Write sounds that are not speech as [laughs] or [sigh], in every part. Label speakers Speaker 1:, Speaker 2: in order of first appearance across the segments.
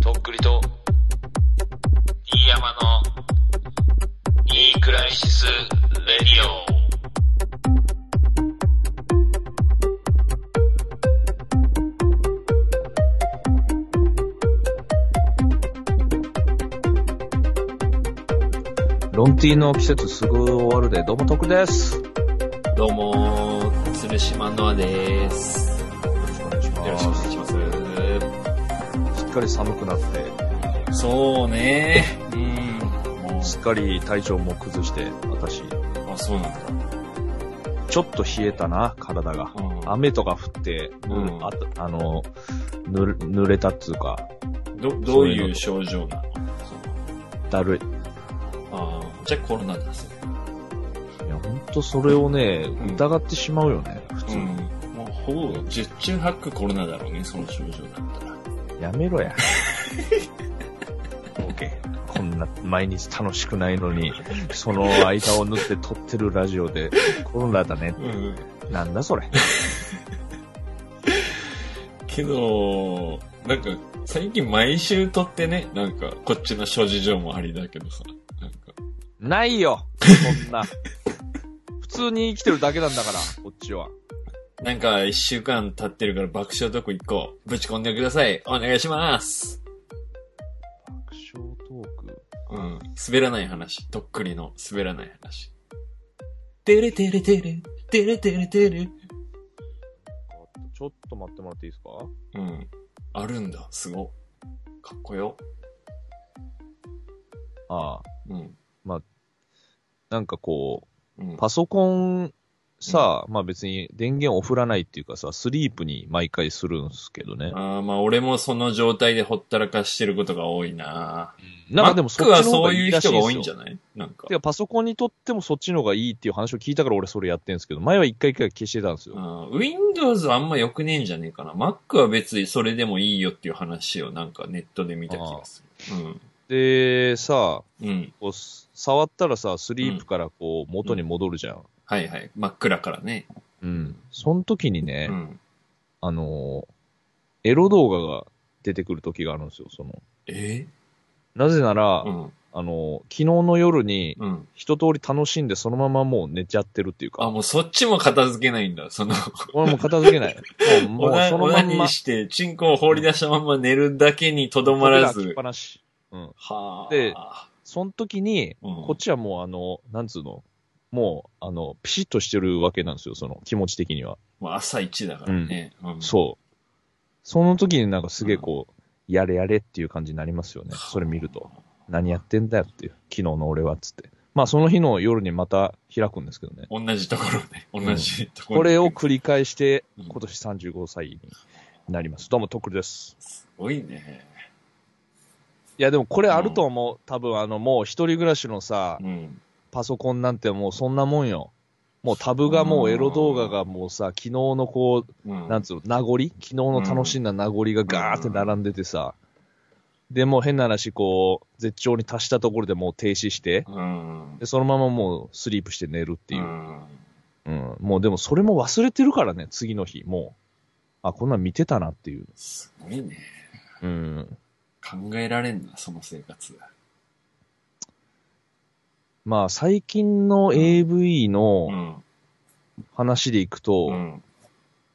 Speaker 1: とっくりと、飯山の、いいクライシス・レディオ。
Speaker 2: ロンティーの季節すぐ終わるで、どうも徳です。よ
Speaker 3: どうも、鶴島ノアです。よ
Speaker 2: ろしくお願いします。
Speaker 3: ろしくお願いします。
Speaker 2: すっかり寒くなって、
Speaker 3: そうね。うん。も
Speaker 2: すっかり体調も崩して、私、
Speaker 3: う、あ、そうなんだ。
Speaker 2: ちょっと冷えたな、体が。
Speaker 3: う
Speaker 2: 雨とか降って、ぬる
Speaker 3: うん
Speaker 2: あとあの、ぬる濡れたっつうか、
Speaker 3: ん。ど、どういう症状なの
Speaker 2: だるい。
Speaker 3: ああ、じゃあコロナだす。
Speaker 2: いや、ほんとそれをね、
Speaker 3: ん
Speaker 2: 疑ってしまうよね、普
Speaker 3: う
Speaker 2: 通。
Speaker 3: ん。もうほぼ十中八九コロナだろうね、その症状だったら。
Speaker 2: やめろや。OK。こんな毎日楽しくないのに、その間を縫って撮ってるラジオで、コロナだねって。
Speaker 3: うん。
Speaker 2: なんだそれ。
Speaker 3: けど、なんか、最近毎週撮ってね、なんか、こっちの諸事情もありだけどさ、なんか、
Speaker 2: ないよ、そん [laughs] な。普通に生きてるだけなんだから、こっちは。
Speaker 3: なんか、一週間経ってるから爆笑とこ行こう。ぶち込んでください。お願いします。
Speaker 2: 爆笑トーク。
Speaker 3: うん。滑らない話。とっくりの滑らない話。てれてれてれ、てれてれてれ。
Speaker 2: ちょっと待ってもらっていいですか
Speaker 3: うん。あるんだ。すご。かっこよ。
Speaker 2: ああ、
Speaker 3: うん。
Speaker 2: なんかこ
Speaker 3: うん
Speaker 2: う、。パソコン、さまあ別に電源を振らないっていうかさ、スリープに毎回するんすけどね。
Speaker 3: あーまあ俺もその状態でほったらかしてることが多いな
Speaker 2: なんかでも
Speaker 3: そ
Speaker 2: そ
Speaker 3: っ
Speaker 2: っ
Speaker 3: ち
Speaker 2: ち
Speaker 3: は
Speaker 2: の方
Speaker 3: そ
Speaker 2: が
Speaker 3: うい
Speaker 2: いういらしい
Speaker 3: 人
Speaker 2: ん
Speaker 3: が
Speaker 2: です
Speaker 3: 多いん
Speaker 2: よ
Speaker 3: じゃないなんか
Speaker 2: て。かパソコンにとってもそっちの方がいいっていう話を聞いたから俺それやってんすけど、前は一回一回消してたんです
Speaker 3: う
Speaker 2: よ。
Speaker 3: ん Windows はあんま良くねえんじゃねえかな。Mac は別にそれでもいいよっていう話をなんかネットで見た気がする。
Speaker 2: で、さ
Speaker 3: うん。うん。
Speaker 2: こうす触ったらさ、スリープからこう元に戻るじゃん。
Speaker 3: はいはい。真っ暗からね。
Speaker 2: うん。その時にね、
Speaker 3: うん。
Speaker 2: あのーエロ動画が出てくる時があるんですよ、その。
Speaker 3: え
Speaker 2: なぜなら、
Speaker 3: うん。
Speaker 2: あのー昨日の夜に
Speaker 3: うん。
Speaker 2: 一通り楽しんでそのままもう寝ちゃってるっていう
Speaker 3: あ、
Speaker 2: か、
Speaker 3: もうそっちも片付けないんだ。その、
Speaker 2: 俺もう片付
Speaker 3: [laughs]
Speaker 2: けない。もう、も
Speaker 3: お
Speaker 2: う
Speaker 3: な、
Speaker 2: その
Speaker 3: お
Speaker 2: ま
Speaker 3: なんに
Speaker 2: ま、
Speaker 3: して、チンコを放り出したまま寝るだけにとどま
Speaker 2: 扉
Speaker 3: ら
Speaker 2: 開きっ
Speaker 3: ず。
Speaker 2: ぱなし。うん。
Speaker 3: はあ。
Speaker 2: でその時に、
Speaker 3: うん、
Speaker 2: こっちはもうあの、なんつうの、もう、あの、ピシッとしてるわけなんですよ、その気持ち的には。
Speaker 3: もう朝一だからね。うん
Speaker 2: そう。その時になんかすげえこう、やれやれっていう感じになりますよね。それ見ると。。何やってんだよっていう。昨日の俺はっつって。まあその日の夜にまた開くんですけどね。
Speaker 3: 同じところね。同じところ、
Speaker 2: これを。繰り返して、
Speaker 3: うん
Speaker 2: 今年35歳になります。どうも、とっくりです。
Speaker 3: すごいね。
Speaker 2: いやでもこれあると思う。多分あのもう一人暮らしのさ
Speaker 3: う、ん。
Speaker 2: パソコンなんてもうそんなもんよ。もうタブがもうエロ動画がもうさ、昨日のこう、
Speaker 3: うん。
Speaker 2: なんつうの、名残昨日の楽しんだ名残がガーって並んでてさ、で、もう変な話、こう、絶頂に達したところでもう停止して、
Speaker 3: うん。っ
Speaker 2: で、そのままもうスリープして寝るっていうう。
Speaker 3: ん。
Speaker 2: うん、もうでもそれも忘れてるからね、次の日、もう。あ、こんなん見てたなっていう。
Speaker 3: すごいね。
Speaker 2: うん。
Speaker 3: 考えられんな、その生活。
Speaker 2: まあ、最近の AV
Speaker 3: う
Speaker 2: の
Speaker 3: ん。
Speaker 2: 話でいくと、
Speaker 3: うん。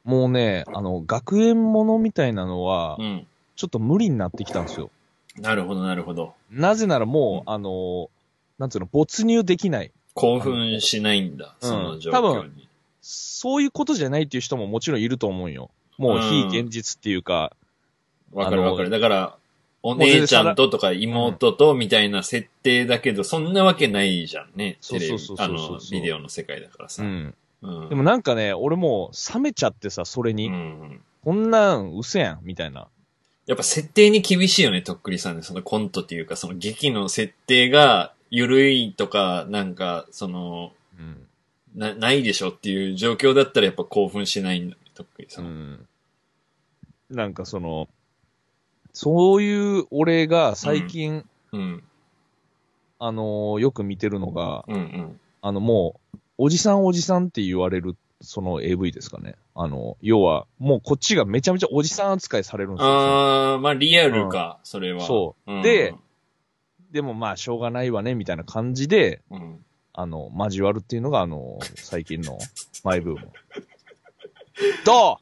Speaker 2: もうね、あの、学園ものみたいなのは
Speaker 3: う、ん。
Speaker 2: ちょっと無理になってきたんですよ。
Speaker 3: なるほど、なるほど。
Speaker 2: なぜならもう、
Speaker 3: う
Speaker 2: あの、なんつうの、没入できない。
Speaker 3: 興奮しないんだ、
Speaker 2: うん
Speaker 3: その状況に。
Speaker 2: そういうことじゃないっていう人ももちろんいると思うよ。もう非現実っていうか、
Speaker 3: わかる
Speaker 2: あの
Speaker 3: わかる。だから、お姉ちゃんととか妹とみたいな設定だけど、そんなわけないじゃんね。
Speaker 2: そ
Speaker 3: テ
Speaker 2: うそ
Speaker 3: レビ
Speaker 2: うそう、そうそ
Speaker 3: あ
Speaker 2: う
Speaker 3: の、
Speaker 2: そう
Speaker 3: ビデオの世界だから
Speaker 2: う
Speaker 3: さ。
Speaker 2: ん。
Speaker 3: うん
Speaker 2: でもなんかね、俺もう冷めちゃってさ、それ
Speaker 3: う
Speaker 2: に。
Speaker 3: ん。
Speaker 2: こんなん、嘘やん、みたいな。
Speaker 3: やっぱ設定に厳しいよね、とっくりさんね。そのコントっていうか、その劇の設定が緩いとか、なんか、その、
Speaker 2: うん。
Speaker 3: な、ないでしょっていう状況だったらやっぱ興奮しないんだね、とっくりさん。
Speaker 2: なんかその、そういう俺が最近、
Speaker 3: うん。
Speaker 2: あのーよく見てるのが、
Speaker 3: うんうん。
Speaker 2: あのもう、おじさんおじさんって言われるその AV ですかね。あの、要は、もうこっちがめちゃめちゃおじさん扱いされるんですよ。
Speaker 3: あー、まあリアルか、それは。
Speaker 2: そう
Speaker 3: うん
Speaker 2: で、でもまあ、しょうがないわね、みたいな感じで、
Speaker 3: うん
Speaker 2: あの、交わるっていうのが、あの、最近
Speaker 3: [laughs]
Speaker 2: のマイブーム。ど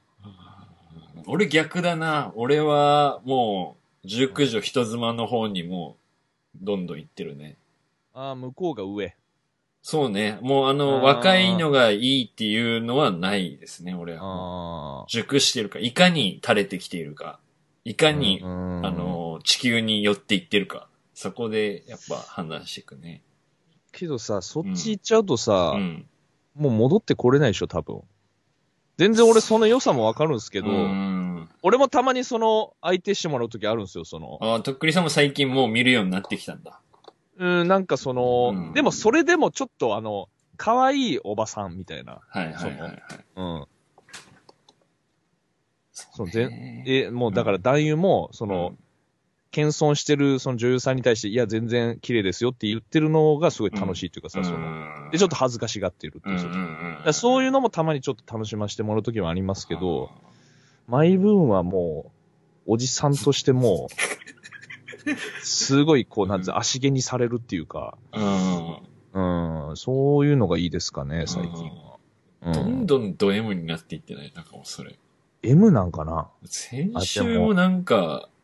Speaker 3: 俺逆だな。俺は、もう、熟女人妻の方にもう、どんどん行ってるね。
Speaker 2: うああ、向こうが上。
Speaker 3: そうね。もうあ
Speaker 2: あー
Speaker 3: の、若いのがいいっていうのはないですね、俺は。
Speaker 2: ああ。
Speaker 3: 熟してるか、いかに垂れてきているか、いかに、
Speaker 2: うん
Speaker 3: あ、の、地球に寄っていってるか、そこでやっぱ判断していくね。
Speaker 2: けどさ、そっち行っちゃうとさ、
Speaker 3: うん。
Speaker 2: もう戻ってこれないでしょ、多分。全然俺その良さもわかるんですけど、
Speaker 3: うん
Speaker 2: 俺もたまにその、相手してもらうときあるんですよ、その。
Speaker 3: あとっくりさんも最近もう見るようになってきたんだ。
Speaker 2: うん、なんかその、
Speaker 3: うん
Speaker 2: でもそれでもちょっとあの、可愛いおばさんみたいな。
Speaker 3: はいはいはい、はい。
Speaker 2: うん。そう、全、
Speaker 3: ね
Speaker 2: え、もうだから男優も、その、
Speaker 3: うん
Speaker 2: 謙遜してるその女優さんに対して、いや、全然綺麗ですよって言ってるのがすごい楽しいというかさ、その、
Speaker 3: うん
Speaker 2: で、ちょっと恥ずかしがってるっていう。
Speaker 3: うんうん
Speaker 2: だ
Speaker 3: う
Speaker 2: か
Speaker 3: ん
Speaker 2: らそういうのもたまにちょっと楽しませてもらうときはありますけど、
Speaker 3: あー
Speaker 2: マイブーンはもう、おじさんとしてもう、すごいこう、なんつう、足毛にされるっていうか、
Speaker 3: うん
Speaker 2: うん、そういうのがいいですかね、最近は。う
Speaker 3: どん
Speaker 2: ん、
Speaker 3: どんド M になっていってないなんかもうそれ。
Speaker 2: M なんかな
Speaker 3: 先週もなんか、
Speaker 2: [laughs]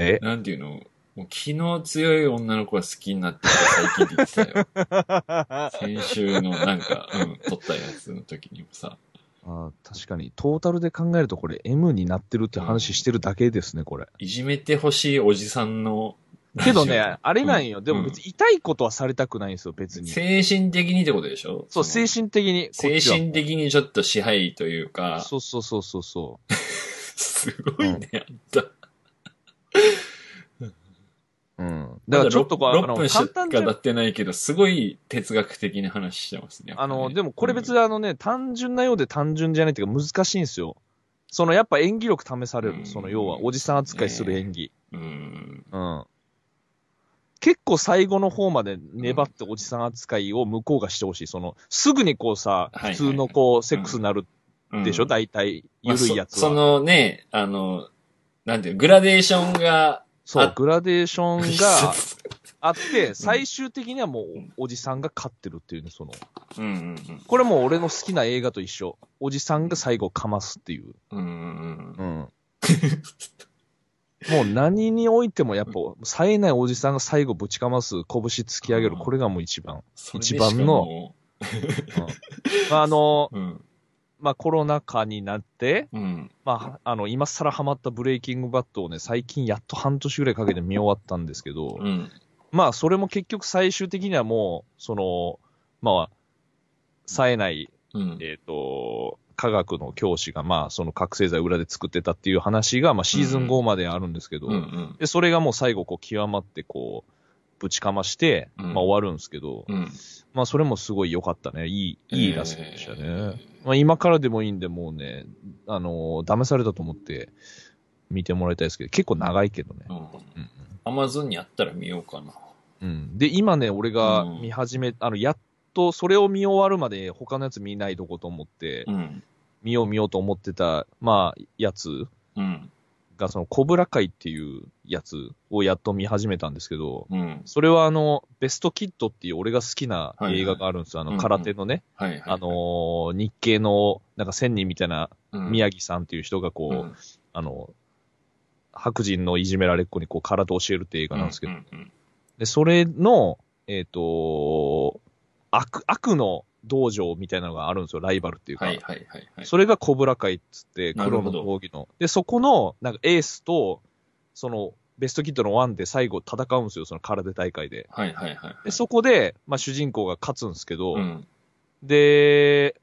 Speaker 2: え
Speaker 3: なんていうのもう気の強い女の子が好きになってきた最近って言って
Speaker 2: [laughs]
Speaker 3: たよ。先週のなんか、うん、撮ったやつの時にもさ。
Speaker 2: あ確かに、トータルで考えるとこれ M になってるって話してるだけですね、これ。
Speaker 3: いじめてほしいおじさんの、
Speaker 2: [laughs] けどね、あれなんよ。
Speaker 3: うん
Speaker 2: でも別に痛いことはされたくないんですよ、別に。
Speaker 3: 精神的にってことでしょ
Speaker 2: そう、
Speaker 3: そ
Speaker 2: 精
Speaker 3: の
Speaker 2: 神的に。
Speaker 3: 精神的にちょっと支配という
Speaker 2: に。
Speaker 3: か、
Speaker 2: そうそうそうそうそ
Speaker 3: すごいね、あんた。
Speaker 2: う。うん。だからちょっとこう、あ
Speaker 3: 6
Speaker 2: の、
Speaker 3: 分し
Speaker 2: 簡
Speaker 3: か
Speaker 2: 単じゃ
Speaker 3: 経ってないけど、すごい哲学的な話してますね。やっぱ
Speaker 2: あ
Speaker 3: ね
Speaker 2: の、でもこれ別
Speaker 3: うん
Speaker 2: にあのね、単純なようで単純じゃないっていうか難しいんですよ。そのやっぱ演技力試され
Speaker 3: うん
Speaker 2: る。その要はおじさん扱いする演技。
Speaker 3: うん。
Speaker 2: うん。結構最後の方まで粘っておじさん扱いを向こうがしてほしい。その、すぐにこうさ、
Speaker 3: はいはい
Speaker 2: 普通のこう、セックスになる
Speaker 3: うん
Speaker 2: でしょ、大体、
Speaker 3: まあ
Speaker 2: ゆるいやつ
Speaker 3: そ。そ
Speaker 2: は。
Speaker 3: のね、あの、なんていう、グラデーションが、
Speaker 2: そ
Speaker 3: あ
Speaker 2: う、グラデーション
Speaker 3: [laughs]
Speaker 2: があって、
Speaker 3: うん
Speaker 2: 最終的にはもうおじさんが勝ってるっていうね、その。
Speaker 3: うんうん
Speaker 2: これもう俺の好きな映画と一緒。おじさんが最後かますっていう。
Speaker 3: うん。うんうんうん。
Speaker 2: うん。もう何においてもやっぱ、冴えないおじさんが最後ぶちかます、拳突き上げる、これがもう一番。
Speaker 3: それで
Speaker 2: 一
Speaker 3: し
Speaker 2: 番
Speaker 3: か
Speaker 2: の
Speaker 3: も
Speaker 2: まあ、あの、
Speaker 3: う。うん。
Speaker 2: まあコロナ禍になって、
Speaker 3: うん。
Speaker 2: まあ、あの、今更ハマったブレイキングバットをね、最近やっと半年ぐらいかけて見終わったんですけど、
Speaker 3: うん。
Speaker 2: まあ、それも結局最終的にはもう、その、まあ、冴えない、
Speaker 3: うん。
Speaker 2: えっ、と、科学の教師が、まあ、その覚醒剤を裏で作ってたっていう話が、まあ、シーズン5まであるんですけど、
Speaker 3: うんうん。
Speaker 2: で、それがもう最後、こう、極まって、こう、ぶちかまして、
Speaker 3: うん
Speaker 2: まあ、終わるんですけど、
Speaker 3: うん。
Speaker 2: まあ、それもすごい良かったね。いい、いいラストでしたね。
Speaker 3: えー
Speaker 2: まあ、今からでもいいんで、もうね、あのー、騙されたと思って、見てもらいたいですけど、結構長いけどね。うん
Speaker 3: アマゾンにあったら見ようかな。
Speaker 2: うん。で、今ね、俺が
Speaker 3: うん
Speaker 2: 見始め、あの、やっと、それを見終わるまで、他のやつ見ないとこと思って、
Speaker 3: うん。
Speaker 2: 見よう見ようと思ってた、まあ、やつ
Speaker 3: うん。
Speaker 2: が、その、コブラ会っていうやつをやっと見始めたんですけど、
Speaker 3: うん。
Speaker 2: それはあの、ベストキッドっていう俺が好きな映画があるんですよ。
Speaker 3: はいは
Speaker 2: あ
Speaker 3: い
Speaker 2: の、空手のね、
Speaker 3: はいはい。
Speaker 2: あのー日系の、なんか千人みたいな
Speaker 3: うん、
Speaker 2: 宮城さんっていう人がこう、
Speaker 3: うん
Speaker 2: あの、白人のいじめられっ子にこう、空手を教えるっていう映画なんですけど、
Speaker 3: うんうん
Speaker 2: で、それの、えっ、と悪、悪の道場みたいなのがあるんですよ、ライバルっていうか。
Speaker 3: はいはいはいはい。
Speaker 2: それがコブラ会っつって、
Speaker 3: なる
Speaker 2: 黒
Speaker 3: ほ
Speaker 2: の
Speaker 3: ど
Speaker 2: 道着の。で、そこの、なんかエースと、その、ベストキッドのワンで最後戦うんですよ、その空手大会で。
Speaker 3: はいはいはい。
Speaker 2: で、そこで、まあ主人公が勝つんですけど、
Speaker 3: うん。
Speaker 2: で、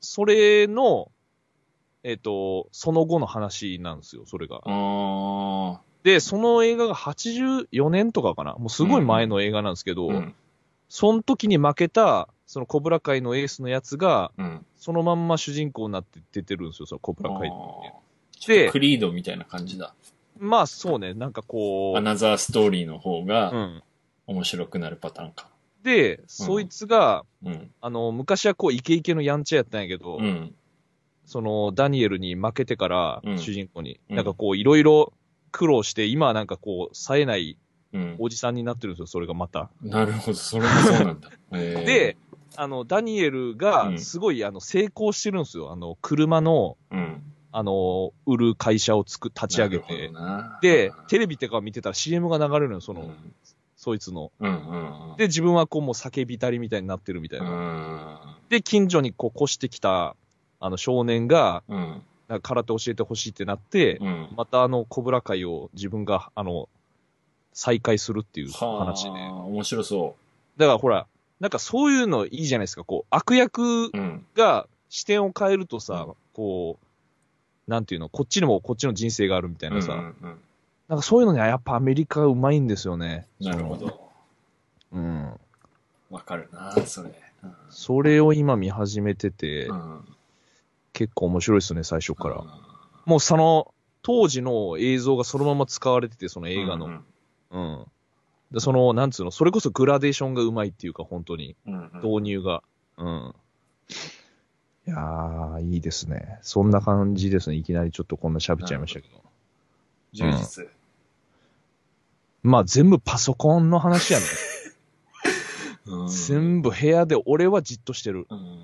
Speaker 2: それの、えっ、と、その後の話なんですよ、それが。
Speaker 3: あ
Speaker 2: で、その映画が84年とかかな。もうすごい前の映画なんですけ
Speaker 3: ー
Speaker 2: ど、
Speaker 3: うん。
Speaker 2: その時に負けた、そのコブラ会のエースのやつが、
Speaker 3: うん。
Speaker 2: そのまんま主人公になって出てるんですよ、そのコブ
Speaker 3: あ
Speaker 2: ラ
Speaker 3: ー
Speaker 2: 会。
Speaker 3: ちょっ
Speaker 2: で
Speaker 3: とクリードみたいな感じだ。
Speaker 2: まあそうね、なんかこ
Speaker 3: アナザーストーリーの方
Speaker 2: う、う
Speaker 3: が
Speaker 2: ん。
Speaker 3: 面白くなるパターンか。
Speaker 2: で、そいつが、
Speaker 3: うん。
Speaker 2: あの、昔はこう、イケイケのやんちゃやったんやけど、
Speaker 3: うん。
Speaker 2: その、ダニエルに負けてから、
Speaker 3: うん
Speaker 2: 主人公に、
Speaker 3: うん
Speaker 2: なんかこう、いろいろ苦労して、今はなんかこう、冴えない
Speaker 3: うん。
Speaker 2: おじさんになってるんですよ、それがまた。
Speaker 3: なるほど、それもそ
Speaker 2: [laughs]
Speaker 3: うなんだ。えー、
Speaker 2: で、あの、ダニエル
Speaker 3: う
Speaker 2: が、
Speaker 3: ん
Speaker 2: すごい、あの、成功してるんですよ。あの、車の、
Speaker 3: うん。
Speaker 2: あの、売る会社をつく、立ち上げ
Speaker 3: なる
Speaker 2: て
Speaker 3: ほ。どな
Speaker 2: で、テレビとか見てたら CM が流れるのよ、その、
Speaker 3: うん
Speaker 2: そいつの。
Speaker 3: うんうんうん。
Speaker 2: で、自分はこう、もう酒浸りみたいになってるみたいうな。
Speaker 3: ん。
Speaker 2: で、近所にこう、越してきた、あの、少年が、
Speaker 3: うん。
Speaker 2: なんか空手教えてほしいってなって、
Speaker 3: うん。
Speaker 2: またあの、コブラ会を自分が、あの、再開するっていう話
Speaker 3: は
Speaker 2: ね。
Speaker 3: あ面白そ
Speaker 2: だからほら、なんかそういうのいいじゃないですか。こう、悪役
Speaker 3: う。うん。
Speaker 2: が視点を変えるとさ、こう、なんていうの、こっちにもこっちの人生があるみたいなさ、
Speaker 3: うんうんうん
Speaker 2: なんかそういうのにはやっぱアメリカはうまいんですよね。
Speaker 3: なるほど。
Speaker 2: その。うん。
Speaker 3: わかるな、それ。うん
Speaker 2: それを今見始めてて、
Speaker 3: うん。
Speaker 2: 結構面白いですね、最初から。
Speaker 3: うん
Speaker 2: もうその、当時の映像がそのまま使われてて、その映画の。
Speaker 3: う
Speaker 2: うん。
Speaker 3: ん
Speaker 2: でその、なんつうの、それこそグラデーションがうまいっていうか、本当に。
Speaker 3: うんうん。
Speaker 2: 導入が。うん。いやー、いいですね。そんな感じですね。いきなりちょっとこんな喋っちゃいましたけど。
Speaker 3: 充実。
Speaker 2: まあ全部パソコンの話やね。
Speaker 3: うん
Speaker 2: 全部部屋で俺はじっとしてる。
Speaker 3: うん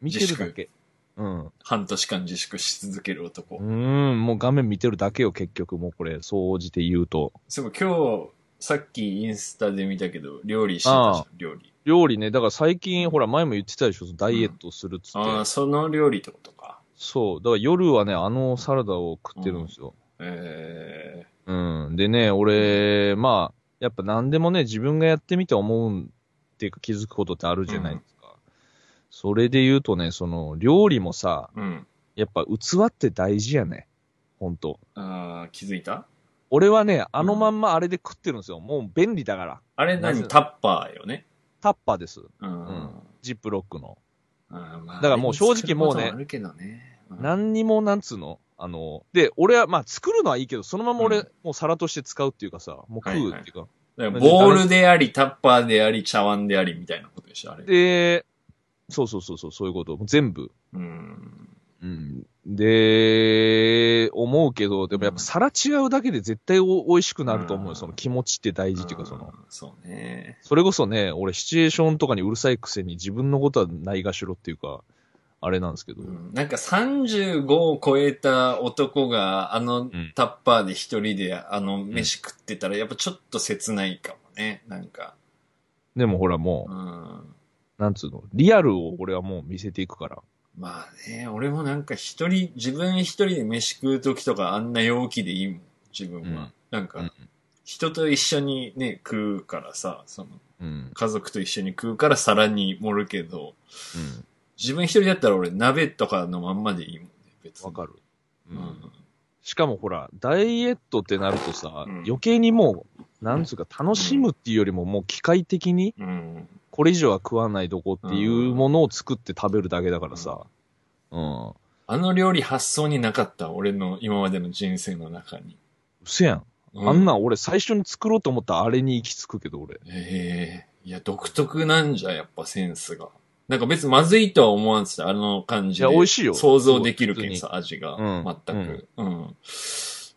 Speaker 2: 見てるだけ。うん。う
Speaker 3: 半年間自粛し続ける男。
Speaker 2: ーん、もう画面見てるだけよ、結局。もうこれ、総じて言うと。
Speaker 3: そう、今日、さっきインスタで見たけど、料理してたじゃん
Speaker 2: ああ、
Speaker 3: 料理。
Speaker 2: 料理ね、だから最近、ほら、前も言ってたでしょ、ダイエットするっつって。
Speaker 3: ああ、その料理ってことか。
Speaker 2: そう。だから夜はね、あのサラダを食ってるんですよ。
Speaker 3: え
Speaker 2: うん。でね、俺、まあ、やっぱ何でもね、自分がやってみて思うんっていうか気づくことってあるじゃないですか。それで言うとね、その、料理もさ、
Speaker 3: えうん。
Speaker 2: やっぱ器って大事やね。ほんと。
Speaker 3: ああ、気づいた
Speaker 2: 俺はね、あのまんまあれで食ってるんですよ。もう便利だから。
Speaker 3: あれ
Speaker 2: な
Speaker 3: 何
Speaker 2: ぜ
Speaker 3: タッパーよね。
Speaker 2: タッパーです。
Speaker 3: うん。
Speaker 2: うんジップロックの。
Speaker 3: ああまあ
Speaker 2: だからもう正直もうね
Speaker 3: 作ることはあるけどね。うん
Speaker 2: 何にもなんつうのあの、で、俺は、まあ作るのはいいけど、そのまま俺、
Speaker 3: うん
Speaker 2: もう皿として使うっていうかさ、もう食うっていうか。
Speaker 3: だからボールであり、タッパーであり、茶碗でありみたいなことでしょ、あれ。
Speaker 2: で、そうそうそうそう、そういうこと。全部。
Speaker 3: うん。
Speaker 2: うん。で、思うけど、でもやっぱ皿違うだけで絶対お美味しくなると思う
Speaker 3: う
Speaker 2: よ。
Speaker 3: ん
Speaker 2: その気持ちって大事っていうか、その。
Speaker 3: うん。そうね。
Speaker 2: それこそね、俺シチュエーションとかにうるさいくせに自分のことはないがしろっていうか、あれなんですけど。
Speaker 3: うんなんか35を超えた男があの
Speaker 2: ん
Speaker 3: タッパーで一人であの飯食ってたらやっぱちょっと切ないかもね。なんか。
Speaker 2: でもほらも
Speaker 3: う
Speaker 2: う、
Speaker 3: ん。
Speaker 2: なんつうの、リアルを俺はもう見せていくから。
Speaker 3: まあね、俺もなんか一人、自分一人で飯食う時とかあんな陽気でいいもん。自分は。
Speaker 2: うん
Speaker 3: なん
Speaker 2: うん
Speaker 3: か、人と一緒にね、食うからさ、その、
Speaker 2: うん。うん。
Speaker 3: 家族と一緒に食うから皿に盛るけど、自分一人だったら俺鍋とかのまんまでいいもんね、別に。
Speaker 2: わかる。う
Speaker 3: う
Speaker 2: ん
Speaker 3: ん。
Speaker 2: しかもほら、ダイエットってなるとさ、
Speaker 3: うん
Speaker 2: 余計にもう、なんつうか、楽しむっていうよりも、もう機械的に、
Speaker 3: うん。
Speaker 2: これ以上は食わないどこっていうものを作って食べるだけだからさ、うん。う
Speaker 3: あの料理発想になかった、俺の今までの人生の中に。
Speaker 2: せやん。
Speaker 3: う
Speaker 2: あんなん俺最初に作ろうと思ったあれに行き着くけど、俺。
Speaker 3: ええいや、独特なんじゃ、やっぱセンスが。なんか別にまずいとは思わんすよあの感じで。
Speaker 2: いや美味しいよ
Speaker 3: 想像できるけんさ、味が。
Speaker 2: うん
Speaker 3: 全く。うん。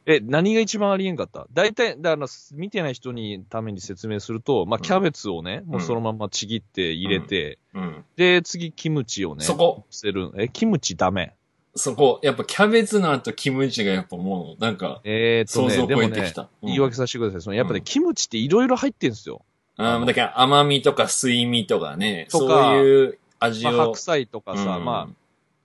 Speaker 2: え、何が一番ありえんかった大体、だから、見てない人にために説明すると、まあ、
Speaker 3: うん
Speaker 2: キャベツをね、もうそのままちぎって入れて、
Speaker 3: うん。
Speaker 2: で、次、キムチをね、
Speaker 3: そこ、
Speaker 2: 捨てる。え、キムチダメ。
Speaker 3: そこ、やっぱキャベツの後キムチがやっぱもう、なんか、
Speaker 2: えーっと
Speaker 3: 想
Speaker 2: ね、
Speaker 3: 像を
Speaker 2: で
Speaker 3: 超
Speaker 2: も
Speaker 3: えてき
Speaker 2: ね、
Speaker 3: た。うん
Speaker 2: 言い訳させてください。そのやっぱね、
Speaker 3: うん
Speaker 2: キムチっていろいろ入ってるんですよ。
Speaker 3: あーだから甘みとか水味とかね、
Speaker 2: とか
Speaker 3: そういう味
Speaker 2: まあ、
Speaker 3: を
Speaker 2: 白。菜とかさ、
Speaker 3: うん
Speaker 2: まあ、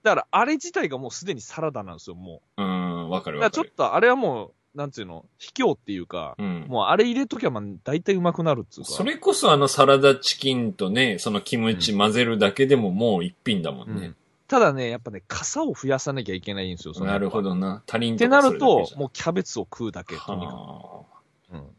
Speaker 2: だからあれ自体がもうすでにサラダなんですよ、も
Speaker 3: うん、わか
Speaker 2: う。
Speaker 3: る
Speaker 2: だから
Speaker 3: わ
Speaker 2: ち
Speaker 3: か
Speaker 2: ょっ
Speaker 3: る。
Speaker 2: とあれはもう、なんていうの、卑怯っていうか、
Speaker 3: うん。
Speaker 2: もうあれ入れときゃまあ大体うまくなるっつうか。
Speaker 3: それこそあのサラダチキンとね、そのキムチ混ぜるだけでももう一品だも
Speaker 2: うん
Speaker 3: ね
Speaker 2: ん。ただね、やっぱね、傘を増やさなきゃいけないんですよ、その
Speaker 3: なるほ。どな。足りん
Speaker 2: ってなると、
Speaker 3: も
Speaker 2: もうキャベツを食うだけ、とにかく。う
Speaker 3: は
Speaker 2: ん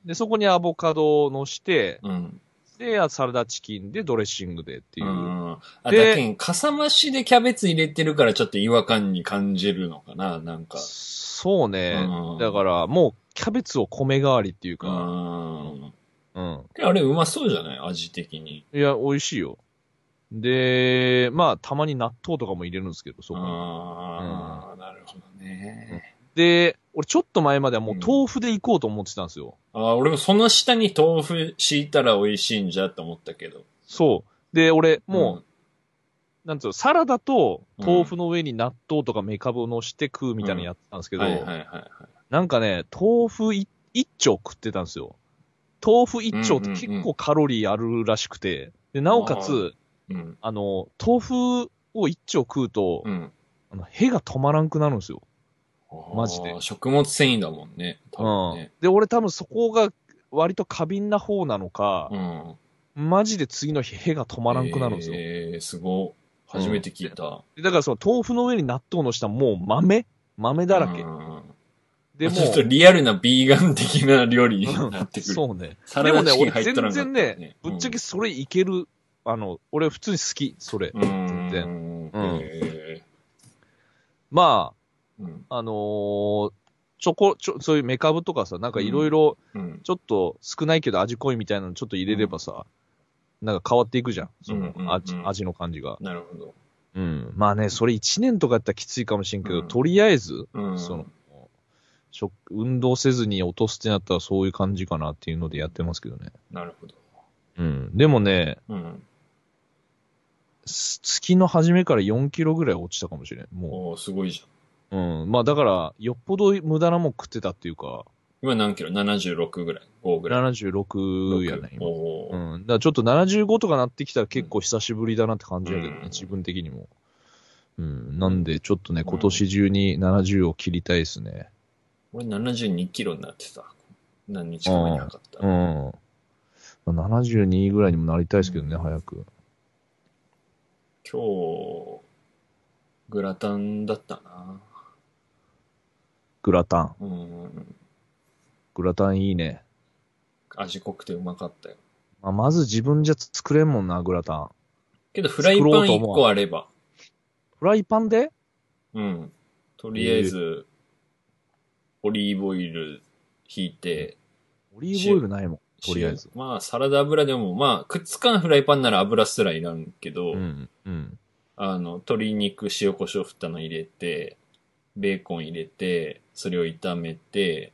Speaker 2: で、そこにアボカドを乗して、
Speaker 3: あうん。
Speaker 2: で、サラダチキンでドレッシングでっていうう。
Speaker 3: ん。あ、
Speaker 2: で
Speaker 3: だけん、かさ増しでキャベツ入れてるからちょっと違和感に感じるのかな、なんか。
Speaker 2: そうね。
Speaker 3: うん
Speaker 2: だから、もう、キャベツを米代わりっていう
Speaker 3: う
Speaker 2: か、
Speaker 3: ん。
Speaker 2: うん。
Speaker 3: あれうまそうじゃない味的に。
Speaker 2: いや、美味しいよ。で、まあ、たまに納豆とかも入れるんですけど、そこに。
Speaker 3: ああ、なるほどね。
Speaker 2: で、俺ちょっと前まではもう豆腐で行こうと思ってたんですよ。
Speaker 3: ああ、俺もその下に豆腐敷いたら美味しいんじゃって思ったけど。
Speaker 2: そう。で、俺、もう、
Speaker 3: うん
Speaker 2: なんつうの、サラダと豆腐の上に納豆とかメカブを乗して食うみたいなのやってたんですけど、
Speaker 3: はいはいはいはい。
Speaker 2: なんかね、豆腐い一丁食ってたんですよ。豆腐一丁って結
Speaker 3: うんうんう
Speaker 2: 構カロリーあるらしくて、でなおか
Speaker 3: あ
Speaker 2: つ、
Speaker 3: うん。
Speaker 2: あの、豆腐を一丁食うと、
Speaker 3: うん。
Speaker 2: あの、屁が止まらんくなるんですよ。マジで
Speaker 3: あー食物繊維だもんね。多分ね。
Speaker 2: うん。で、俺多分そこが割と過敏な方なのか、
Speaker 3: うん。
Speaker 2: マジで次の日屁が止まらんくなるんですよ。
Speaker 3: ええー、すごい。初めて聞いた。
Speaker 2: でだからその豆腐の上に納豆の下もう豆豆だらけ。
Speaker 3: うん
Speaker 2: でも
Speaker 3: ちょっとリアルなビーガン的な料理になって
Speaker 2: う、
Speaker 3: くる。
Speaker 2: そうね。
Speaker 3: サ
Speaker 2: で
Speaker 3: ラ
Speaker 2: も
Speaker 3: ダ
Speaker 2: ね、
Speaker 3: チキン
Speaker 2: 俺
Speaker 3: 入っと
Speaker 2: 全
Speaker 3: らなかた
Speaker 2: 然
Speaker 3: ね。
Speaker 2: ね、ぶっちゃけそれいける、あの、俺普通に好き、それ。
Speaker 3: うん、
Speaker 2: 全
Speaker 3: 然
Speaker 2: うん
Speaker 3: え
Speaker 2: ま
Speaker 3: ーうん
Speaker 2: あ、あのーチョコ、ちょ、そういうメカブとかさ、なんかいろいろ、
Speaker 3: うん
Speaker 2: ちょっと少ないけど味濃いみたいなのちょっと入れればさ、なんか変わっていくじゃん。その
Speaker 3: うんうんうん
Speaker 2: 味、味の感じが。
Speaker 3: なるほど。
Speaker 2: うん。まあね、それ1年とかやったらきついかもしれんけど、
Speaker 3: うん
Speaker 2: とりあえず、
Speaker 3: うん
Speaker 2: その、食運動せずに落とすってなったらそういう感じかなっていうのでやってますけどね。
Speaker 3: なるほど。
Speaker 2: うん。でもね、
Speaker 3: うん。
Speaker 2: す月の初めから4キロぐらい落ちたかもしれん。も
Speaker 3: おーすごいじゃん。
Speaker 2: う。うん。まあだから、よっぽど無駄なもん食ってたっていうか、
Speaker 3: 今何キロ ?76 ぐらい ?5 ぐらい
Speaker 2: 76
Speaker 3: ?6
Speaker 2: やね、今。
Speaker 3: おー
Speaker 2: うん。だからちょっと75とかなってきたら結構久しぶりだなって感じやけどね、
Speaker 3: うん
Speaker 2: 自分的にも。うん。なんで、ちょっとね、今年中に70を切りたいですね。
Speaker 3: 俺72キロになってた。何日か前に測った
Speaker 2: う
Speaker 3: ら。
Speaker 2: ん。まあ72ぐらいにもなりたいですけどね、早く。
Speaker 3: 今日、グラタンだったな。
Speaker 2: グラタン。
Speaker 3: うん。
Speaker 2: グラタンいいね。
Speaker 3: 味濃くてうまかったよ。
Speaker 2: まあ、まず自分じゃ作れんもんな、グラタン。
Speaker 3: けどフライパン
Speaker 2: 作ろうと
Speaker 3: 1
Speaker 2: 思わん
Speaker 3: 個あれば。
Speaker 2: フライパンで
Speaker 3: うん。とりあえず、オリーブオイル引いて、
Speaker 2: オリーブオイルないもん。とりあえず
Speaker 3: 塩。まあ、サラダ油でも、まあ、くっつかんフライパンなら油すらいらんけど、
Speaker 2: うん。うん。
Speaker 3: あの、鶏肉、塩胡椒振ったの入れて、ベーコン入れて、それを炒めて、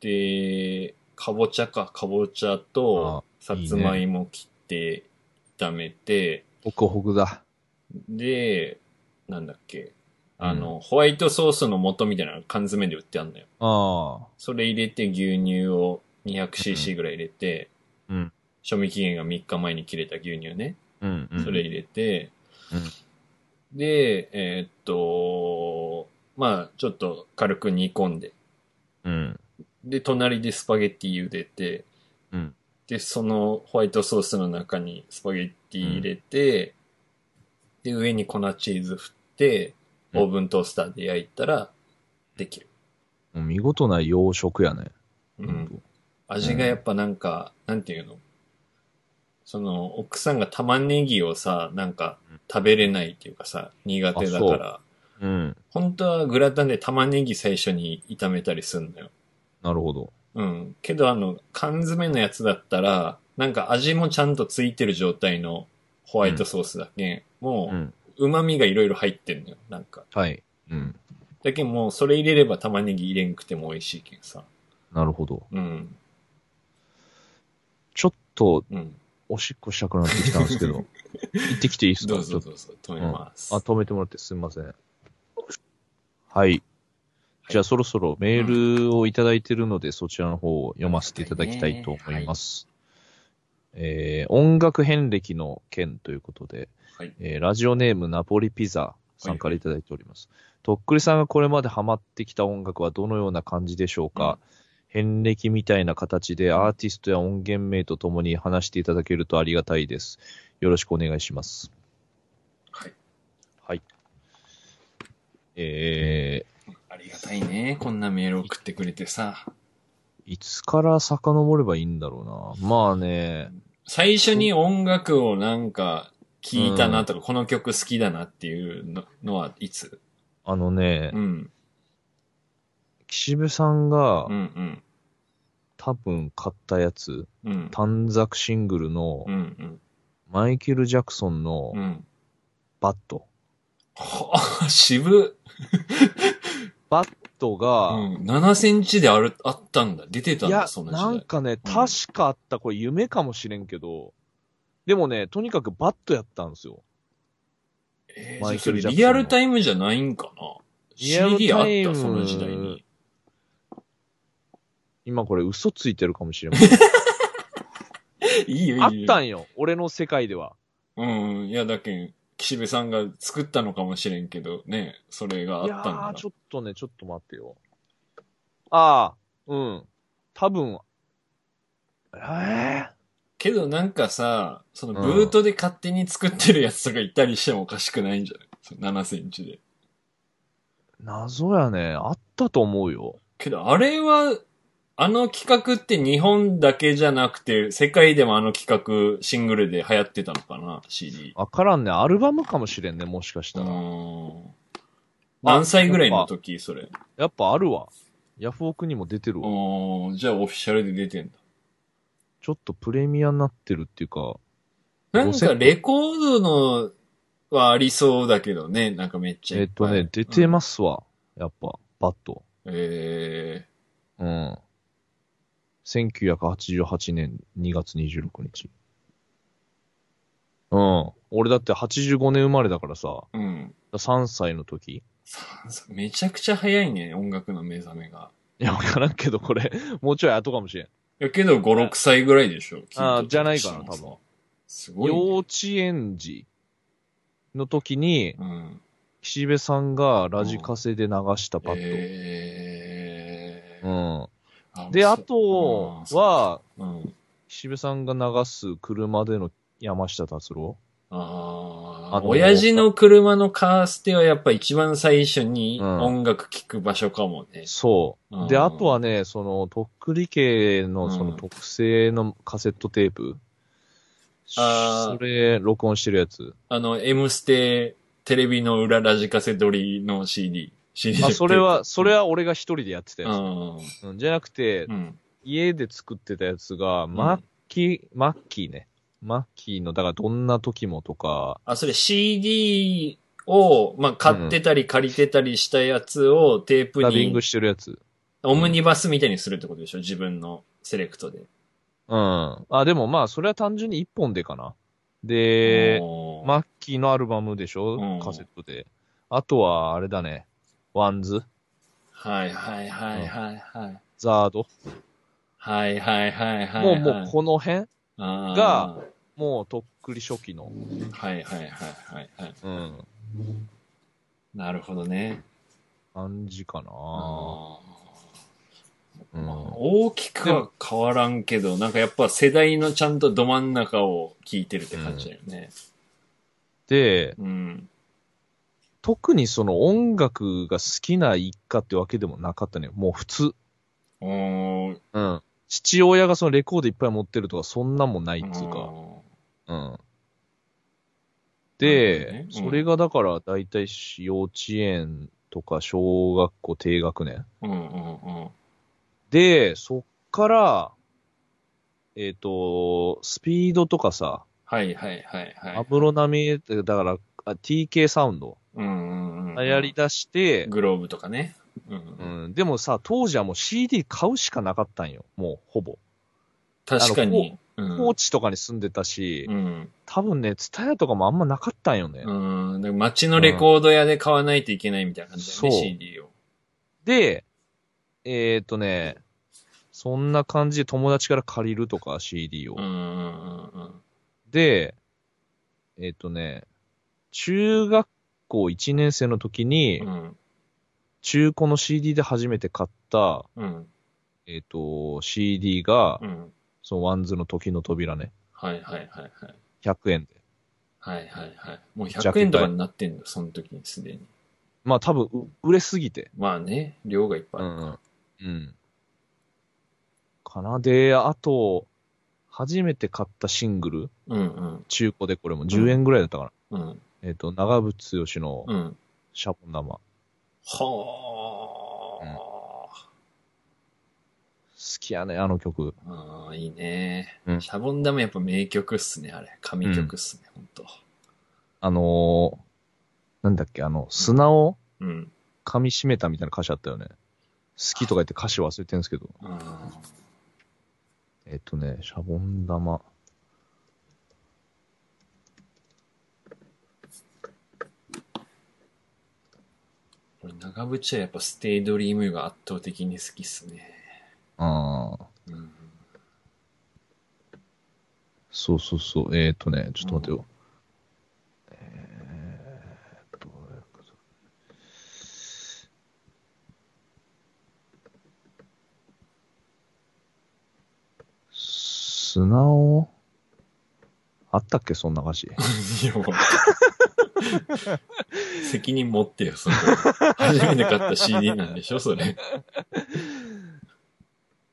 Speaker 3: で、かぼちゃか、かぼちゃと、
Speaker 2: あ
Speaker 3: さ
Speaker 2: いいね
Speaker 3: つまいも切って、炒めて、
Speaker 2: ホクホクだ。
Speaker 3: で、なんだっけ、あの、ホワイトソースの素みたいなの缶詰で売ってあんのよ。
Speaker 2: ああ。
Speaker 3: それ入れて牛乳を 200cc ぐらい入れて、
Speaker 2: うん
Speaker 3: 賞味期限が3日前に切れた牛乳ね。
Speaker 2: うん、うん。
Speaker 3: それ入れて、
Speaker 2: うん
Speaker 3: で、えーっと、まあちょっと軽く煮込んで、
Speaker 2: うん。
Speaker 3: で、隣でスパゲッティ茹でて、
Speaker 2: うん
Speaker 3: で、そのホワイトソースの中にスパゲッティ入れて、で、上に粉チーズ振って、
Speaker 2: うん
Speaker 3: オーブントースターで焼いたら、できる。
Speaker 2: もう見事な洋食やね。
Speaker 3: うん味がやっぱなんか、なんていうのその、奥さんが玉ねぎをさ、なんか
Speaker 2: うん
Speaker 3: 食べれないっていうかさ、苦手だ
Speaker 2: あそ
Speaker 3: か
Speaker 2: う
Speaker 3: ら、
Speaker 2: うん。
Speaker 3: 本当はグラタンで玉ねぎ最初に炒めたりすんのよ。
Speaker 2: なるほど。
Speaker 3: うん。けどあの、缶詰のやつだったら、なんか味もちゃんとついてる状態のホワイトソースだけ、
Speaker 2: う
Speaker 3: も
Speaker 2: ん。
Speaker 3: う、旨味がいろいろ入ってんのよ、なんか。
Speaker 2: はい。うん。
Speaker 3: だけどもう、それ入れれば玉ねぎ入れんくても美味しいけんさ。
Speaker 2: なるほど。
Speaker 3: うん。
Speaker 2: ちょっと、
Speaker 3: うん。
Speaker 2: おしっこしたくなってきたんです [laughs] けど。行ってきていいっすか
Speaker 3: どうぞ
Speaker 2: ちょっと
Speaker 3: どうぞ、止めます。
Speaker 2: あ、止めてもらってすみません。はい。じゃあそろそろメールをいただいているので、そちらの方を読ませていただきたいと思います。えー、音楽遍歴の件ということで、
Speaker 3: はい
Speaker 2: えーラジオネームナポリピザさんからいただいております。とっくりさんがこれまでハマってきた音楽はどのような感じでしょうか、遍歴みたいな形でアーティストや音源名とともに話していただけるとありがたいです。よろしくお願いします。
Speaker 3: はい。
Speaker 2: はい。え
Speaker 3: ありがたいね。こんなメール送ってくれてさ。
Speaker 2: ー、いつから遡ればいいんだろうな。まあね、
Speaker 3: 最初に音楽をなんか聞いたなとか、この曲好きだなっていうののはいつ
Speaker 2: あのね
Speaker 3: う、ん。
Speaker 2: 岸部さんが
Speaker 3: うんうん。
Speaker 2: 多分買ったやつ、
Speaker 3: うん。
Speaker 2: 短冊シングルの
Speaker 3: うん。うん。
Speaker 2: マイケル・ジャクソンの
Speaker 3: うん。
Speaker 2: バット。
Speaker 3: はあ、渋っ。
Speaker 2: バット
Speaker 3: う
Speaker 2: が、
Speaker 3: ん。7センチである、あったんだ。出てたん
Speaker 2: いや
Speaker 3: だ、そ、の時
Speaker 2: なん
Speaker 3: 代。
Speaker 2: かね、確かあった、これ夢かもしれんけど、でもね、とにかくバットやったんですよ。
Speaker 3: え
Speaker 2: マ
Speaker 3: ー、
Speaker 2: イ
Speaker 3: そ
Speaker 2: ケル
Speaker 3: れ
Speaker 2: ジャクソンの
Speaker 3: リアルタイムじゃないんかな
Speaker 2: リアル
Speaker 3: ?CD あ
Speaker 2: タ
Speaker 3: っ
Speaker 2: イム
Speaker 3: た、その時代に。
Speaker 2: 今これ嘘ついてるかもしれんけど
Speaker 3: いいよ、いいよ。
Speaker 2: あったんよ、俺の世界では。
Speaker 3: うんうん。いや、だけん、岸辺さんが作ったのかもしれんけど、ね、それがあっ
Speaker 2: い
Speaker 3: た
Speaker 2: や
Speaker 3: んだな
Speaker 2: ー、。ちょっとね、ちょっと待ってよ。ああ、うん。多分、ええ
Speaker 3: けどなんかさ、そのブートで勝手に作ってるやつとかいたりしてもおかしくないんじゃないその ?7 センチで。
Speaker 2: 謎やね。あったと思うよ。
Speaker 3: けどあれは、あの企画って日本だけじゃなくて、世界でもあの企画シングルで流行ってたのかな ?CD。
Speaker 2: わからんね。アルバムかもしれんね、もしかし
Speaker 3: う
Speaker 2: たら。
Speaker 3: ーん。何歳ぐらいの時それ。
Speaker 2: やっぱあるわ。ヤフオクにも出てるわ。
Speaker 3: おーじゃあオフィシャルで出てんだ。
Speaker 2: ちょっとプレミアになってるっていうか、
Speaker 3: なんかレコードのはありそうだけどね、なんかめっちゃい
Speaker 2: えっ
Speaker 3: っぱ
Speaker 2: と
Speaker 3: い。
Speaker 2: ね、出てますわ。やっぱ、バット。
Speaker 3: うん。え
Speaker 2: うん。1988年2月26日。うん。俺だって85年生まれだからさ、
Speaker 3: ー、うん。
Speaker 2: 3歳の時。
Speaker 3: めちゃくちゃ早いね、音楽の目覚めが。
Speaker 2: いや、わからんけど、これ、もうちょい後かもしれん。
Speaker 3: いやけど5、6歳ぐらいでしょ。
Speaker 2: あー
Speaker 3: 聞いてたとしても
Speaker 2: じゃないかな多分。
Speaker 3: すごい、
Speaker 2: 幼
Speaker 3: ね。
Speaker 2: 稚園児の時に、
Speaker 3: うん。
Speaker 2: 岸辺さんがラジカセで流したバッ
Speaker 3: え
Speaker 2: ト。うん。
Speaker 3: ー
Speaker 2: で、
Speaker 3: そう
Speaker 2: あとは、
Speaker 3: うん。
Speaker 2: 岸辺さんが流す車での山下達郎。
Speaker 3: あ
Speaker 2: あ
Speaker 3: あ
Speaker 2: の
Speaker 3: 親父の車のカーステはやっぱ一番最初に音楽聴く場所かもね。
Speaker 2: そう。で、
Speaker 3: うん
Speaker 2: あとはね、その、とっくり系のそうの
Speaker 3: ん
Speaker 2: 特製のカセットテープ。
Speaker 3: あー
Speaker 2: それ、録音してるや
Speaker 3: [laughs]
Speaker 2: つ。
Speaker 3: あの、M ステテレビの裏ラジカセ撮りの CD。CD
Speaker 2: あ、それは、それは俺が一人でやってた
Speaker 3: う
Speaker 2: や
Speaker 3: ん。
Speaker 2: つ。うん、じゃなくて、
Speaker 3: うん。
Speaker 2: 家で作ってたやつが、
Speaker 3: ん
Speaker 2: マッキー、マッキーね。マッキーの、だからどんな時もとか、
Speaker 3: あ、それ CD を、まあ、買ってたり借りてたりしたやつをテープ
Speaker 2: ダビン
Speaker 3: に
Speaker 2: グ、してるやつ。
Speaker 3: オムニバスみたいにするってことでしょ自分のセレクトで。
Speaker 2: うん。あ、でもまあ、それは単純に一本でかな。で、
Speaker 3: おー
Speaker 2: マッキーのアルバムでし
Speaker 3: う
Speaker 2: ょ
Speaker 3: ん
Speaker 2: カセットで。あとは、あれだね。ワンズ
Speaker 3: はいはいはいはいはい。
Speaker 2: ザード、
Speaker 3: はいはいはいはい。
Speaker 2: もう、もう、この辺
Speaker 3: あー
Speaker 2: が、もう、とっくり初期の。
Speaker 3: はいはいはいはいはい。
Speaker 2: うん。
Speaker 3: なるほどね。
Speaker 2: 感じかな
Speaker 3: あー
Speaker 2: うん。
Speaker 3: まあ大きくは変わらんけど、なんかやっぱ世代のちゃんとど真ん中を聞いてるって感じだよね。
Speaker 2: で、
Speaker 3: うん。
Speaker 2: 特にその音楽が好きな一家ってわけでもなかったね。もう普通。
Speaker 3: おー
Speaker 2: うん。父親がそのレコードいっぱい持ってるとか、そんなんもないっつうか。
Speaker 3: お
Speaker 2: うん。
Speaker 3: なるほど
Speaker 2: で
Speaker 3: ね、うん
Speaker 2: それがだから、だいたい幼稚園とか小学校低学年。
Speaker 3: ーうんうんうん。
Speaker 2: で、そっから、えっ、と、スピードとかさ、
Speaker 3: はいはいはいは
Speaker 2: 安
Speaker 3: い。
Speaker 2: 室奈美恵って、だからあ TK サウンド
Speaker 3: うんうんうん。
Speaker 2: 流行り出して、
Speaker 3: グローブとかね。うん
Speaker 2: う
Speaker 3: うん。
Speaker 2: ん、でもさ、当時はもう CD 買うしかなかったんよ。もう、ほぼ。
Speaker 3: 確かに。う
Speaker 2: 高
Speaker 3: ん。
Speaker 2: 知とかに住んでたし、
Speaker 3: うん。
Speaker 2: 多分ね、ツタヤとかもあんまなかったんよね。
Speaker 3: うん。だから街のレコード屋で買わないといけないみたいな感じだよね、
Speaker 2: そう
Speaker 3: CD を。
Speaker 2: で、えっ、とね、そんな感じで友達から借りるとか CD を。
Speaker 3: うんうんうんうん。
Speaker 2: で、えっ、とね、中学校1年生の時に
Speaker 3: う、ん。
Speaker 2: 中古の CD で初めて買った、
Speaker 3: うん。
Speaker 2: えっ、と、CD が
Speaker 3: う、ん。
Speaker 2: そのワンズの時の扉ね、
Speaker 3: はいはいはいはい。
Speaker 2: 100円で。
Speaker 3: はいはいはい。もう
Speaker 2: ジャ
Speaker 3: 100
Speaker 2: ケ
Speaker 3: 円
Speaker 2: 買い
Speaker 3: とかになってんだ、その時にすでに。
Speaker 2: まあ多分、う売れすぎて。
Speaker 3: まあね、量がいっぱいあるか
Speaker 2: ん。うん。かな。で、あと、初めて買ったシングル、
Speaker 3: ら。うん
Speaker 2: 中古でこれも10円ぐらいだったかな。
Speaker 3: うん。うん。
Speaker 2: えっ、と、長渕剛の
Speaker 3: うん。
Speaker 2: シャボン玉。
Speaker 3: はあ。
Speaker 2: きやね、あの曲。
Speaker 3: ああ、いいね。
Speaker 2: うん
Speaker 3: シャボン玉やっぱ名曲っすね、あれ。神曲っすね、ほんと。
Speaker 2: あのーなんだっけ、あの、砂を
Speaker 3: うん。
Speaker 2: 噛み締めたみたいな歌詞あったよね。好きとか言って歌詞忘れてるんですけど。
Speaker 3: あ
Speaker 2: えっとね、シャボン玉。
Speaker 3: これ長渕はやっぱステイドリームが圧倒的に好きっすね。
Speaker 2: ああ、
Speaker 3: うん。
Speaker 2: そうそうそう。えっとね、ちょっと待ってよ。えーっと、砂を、あったっけそんな歌詞。
Speaker 3: いや、もう。責任持ってよ、それ。初めて買った CD なんでしょ、それ。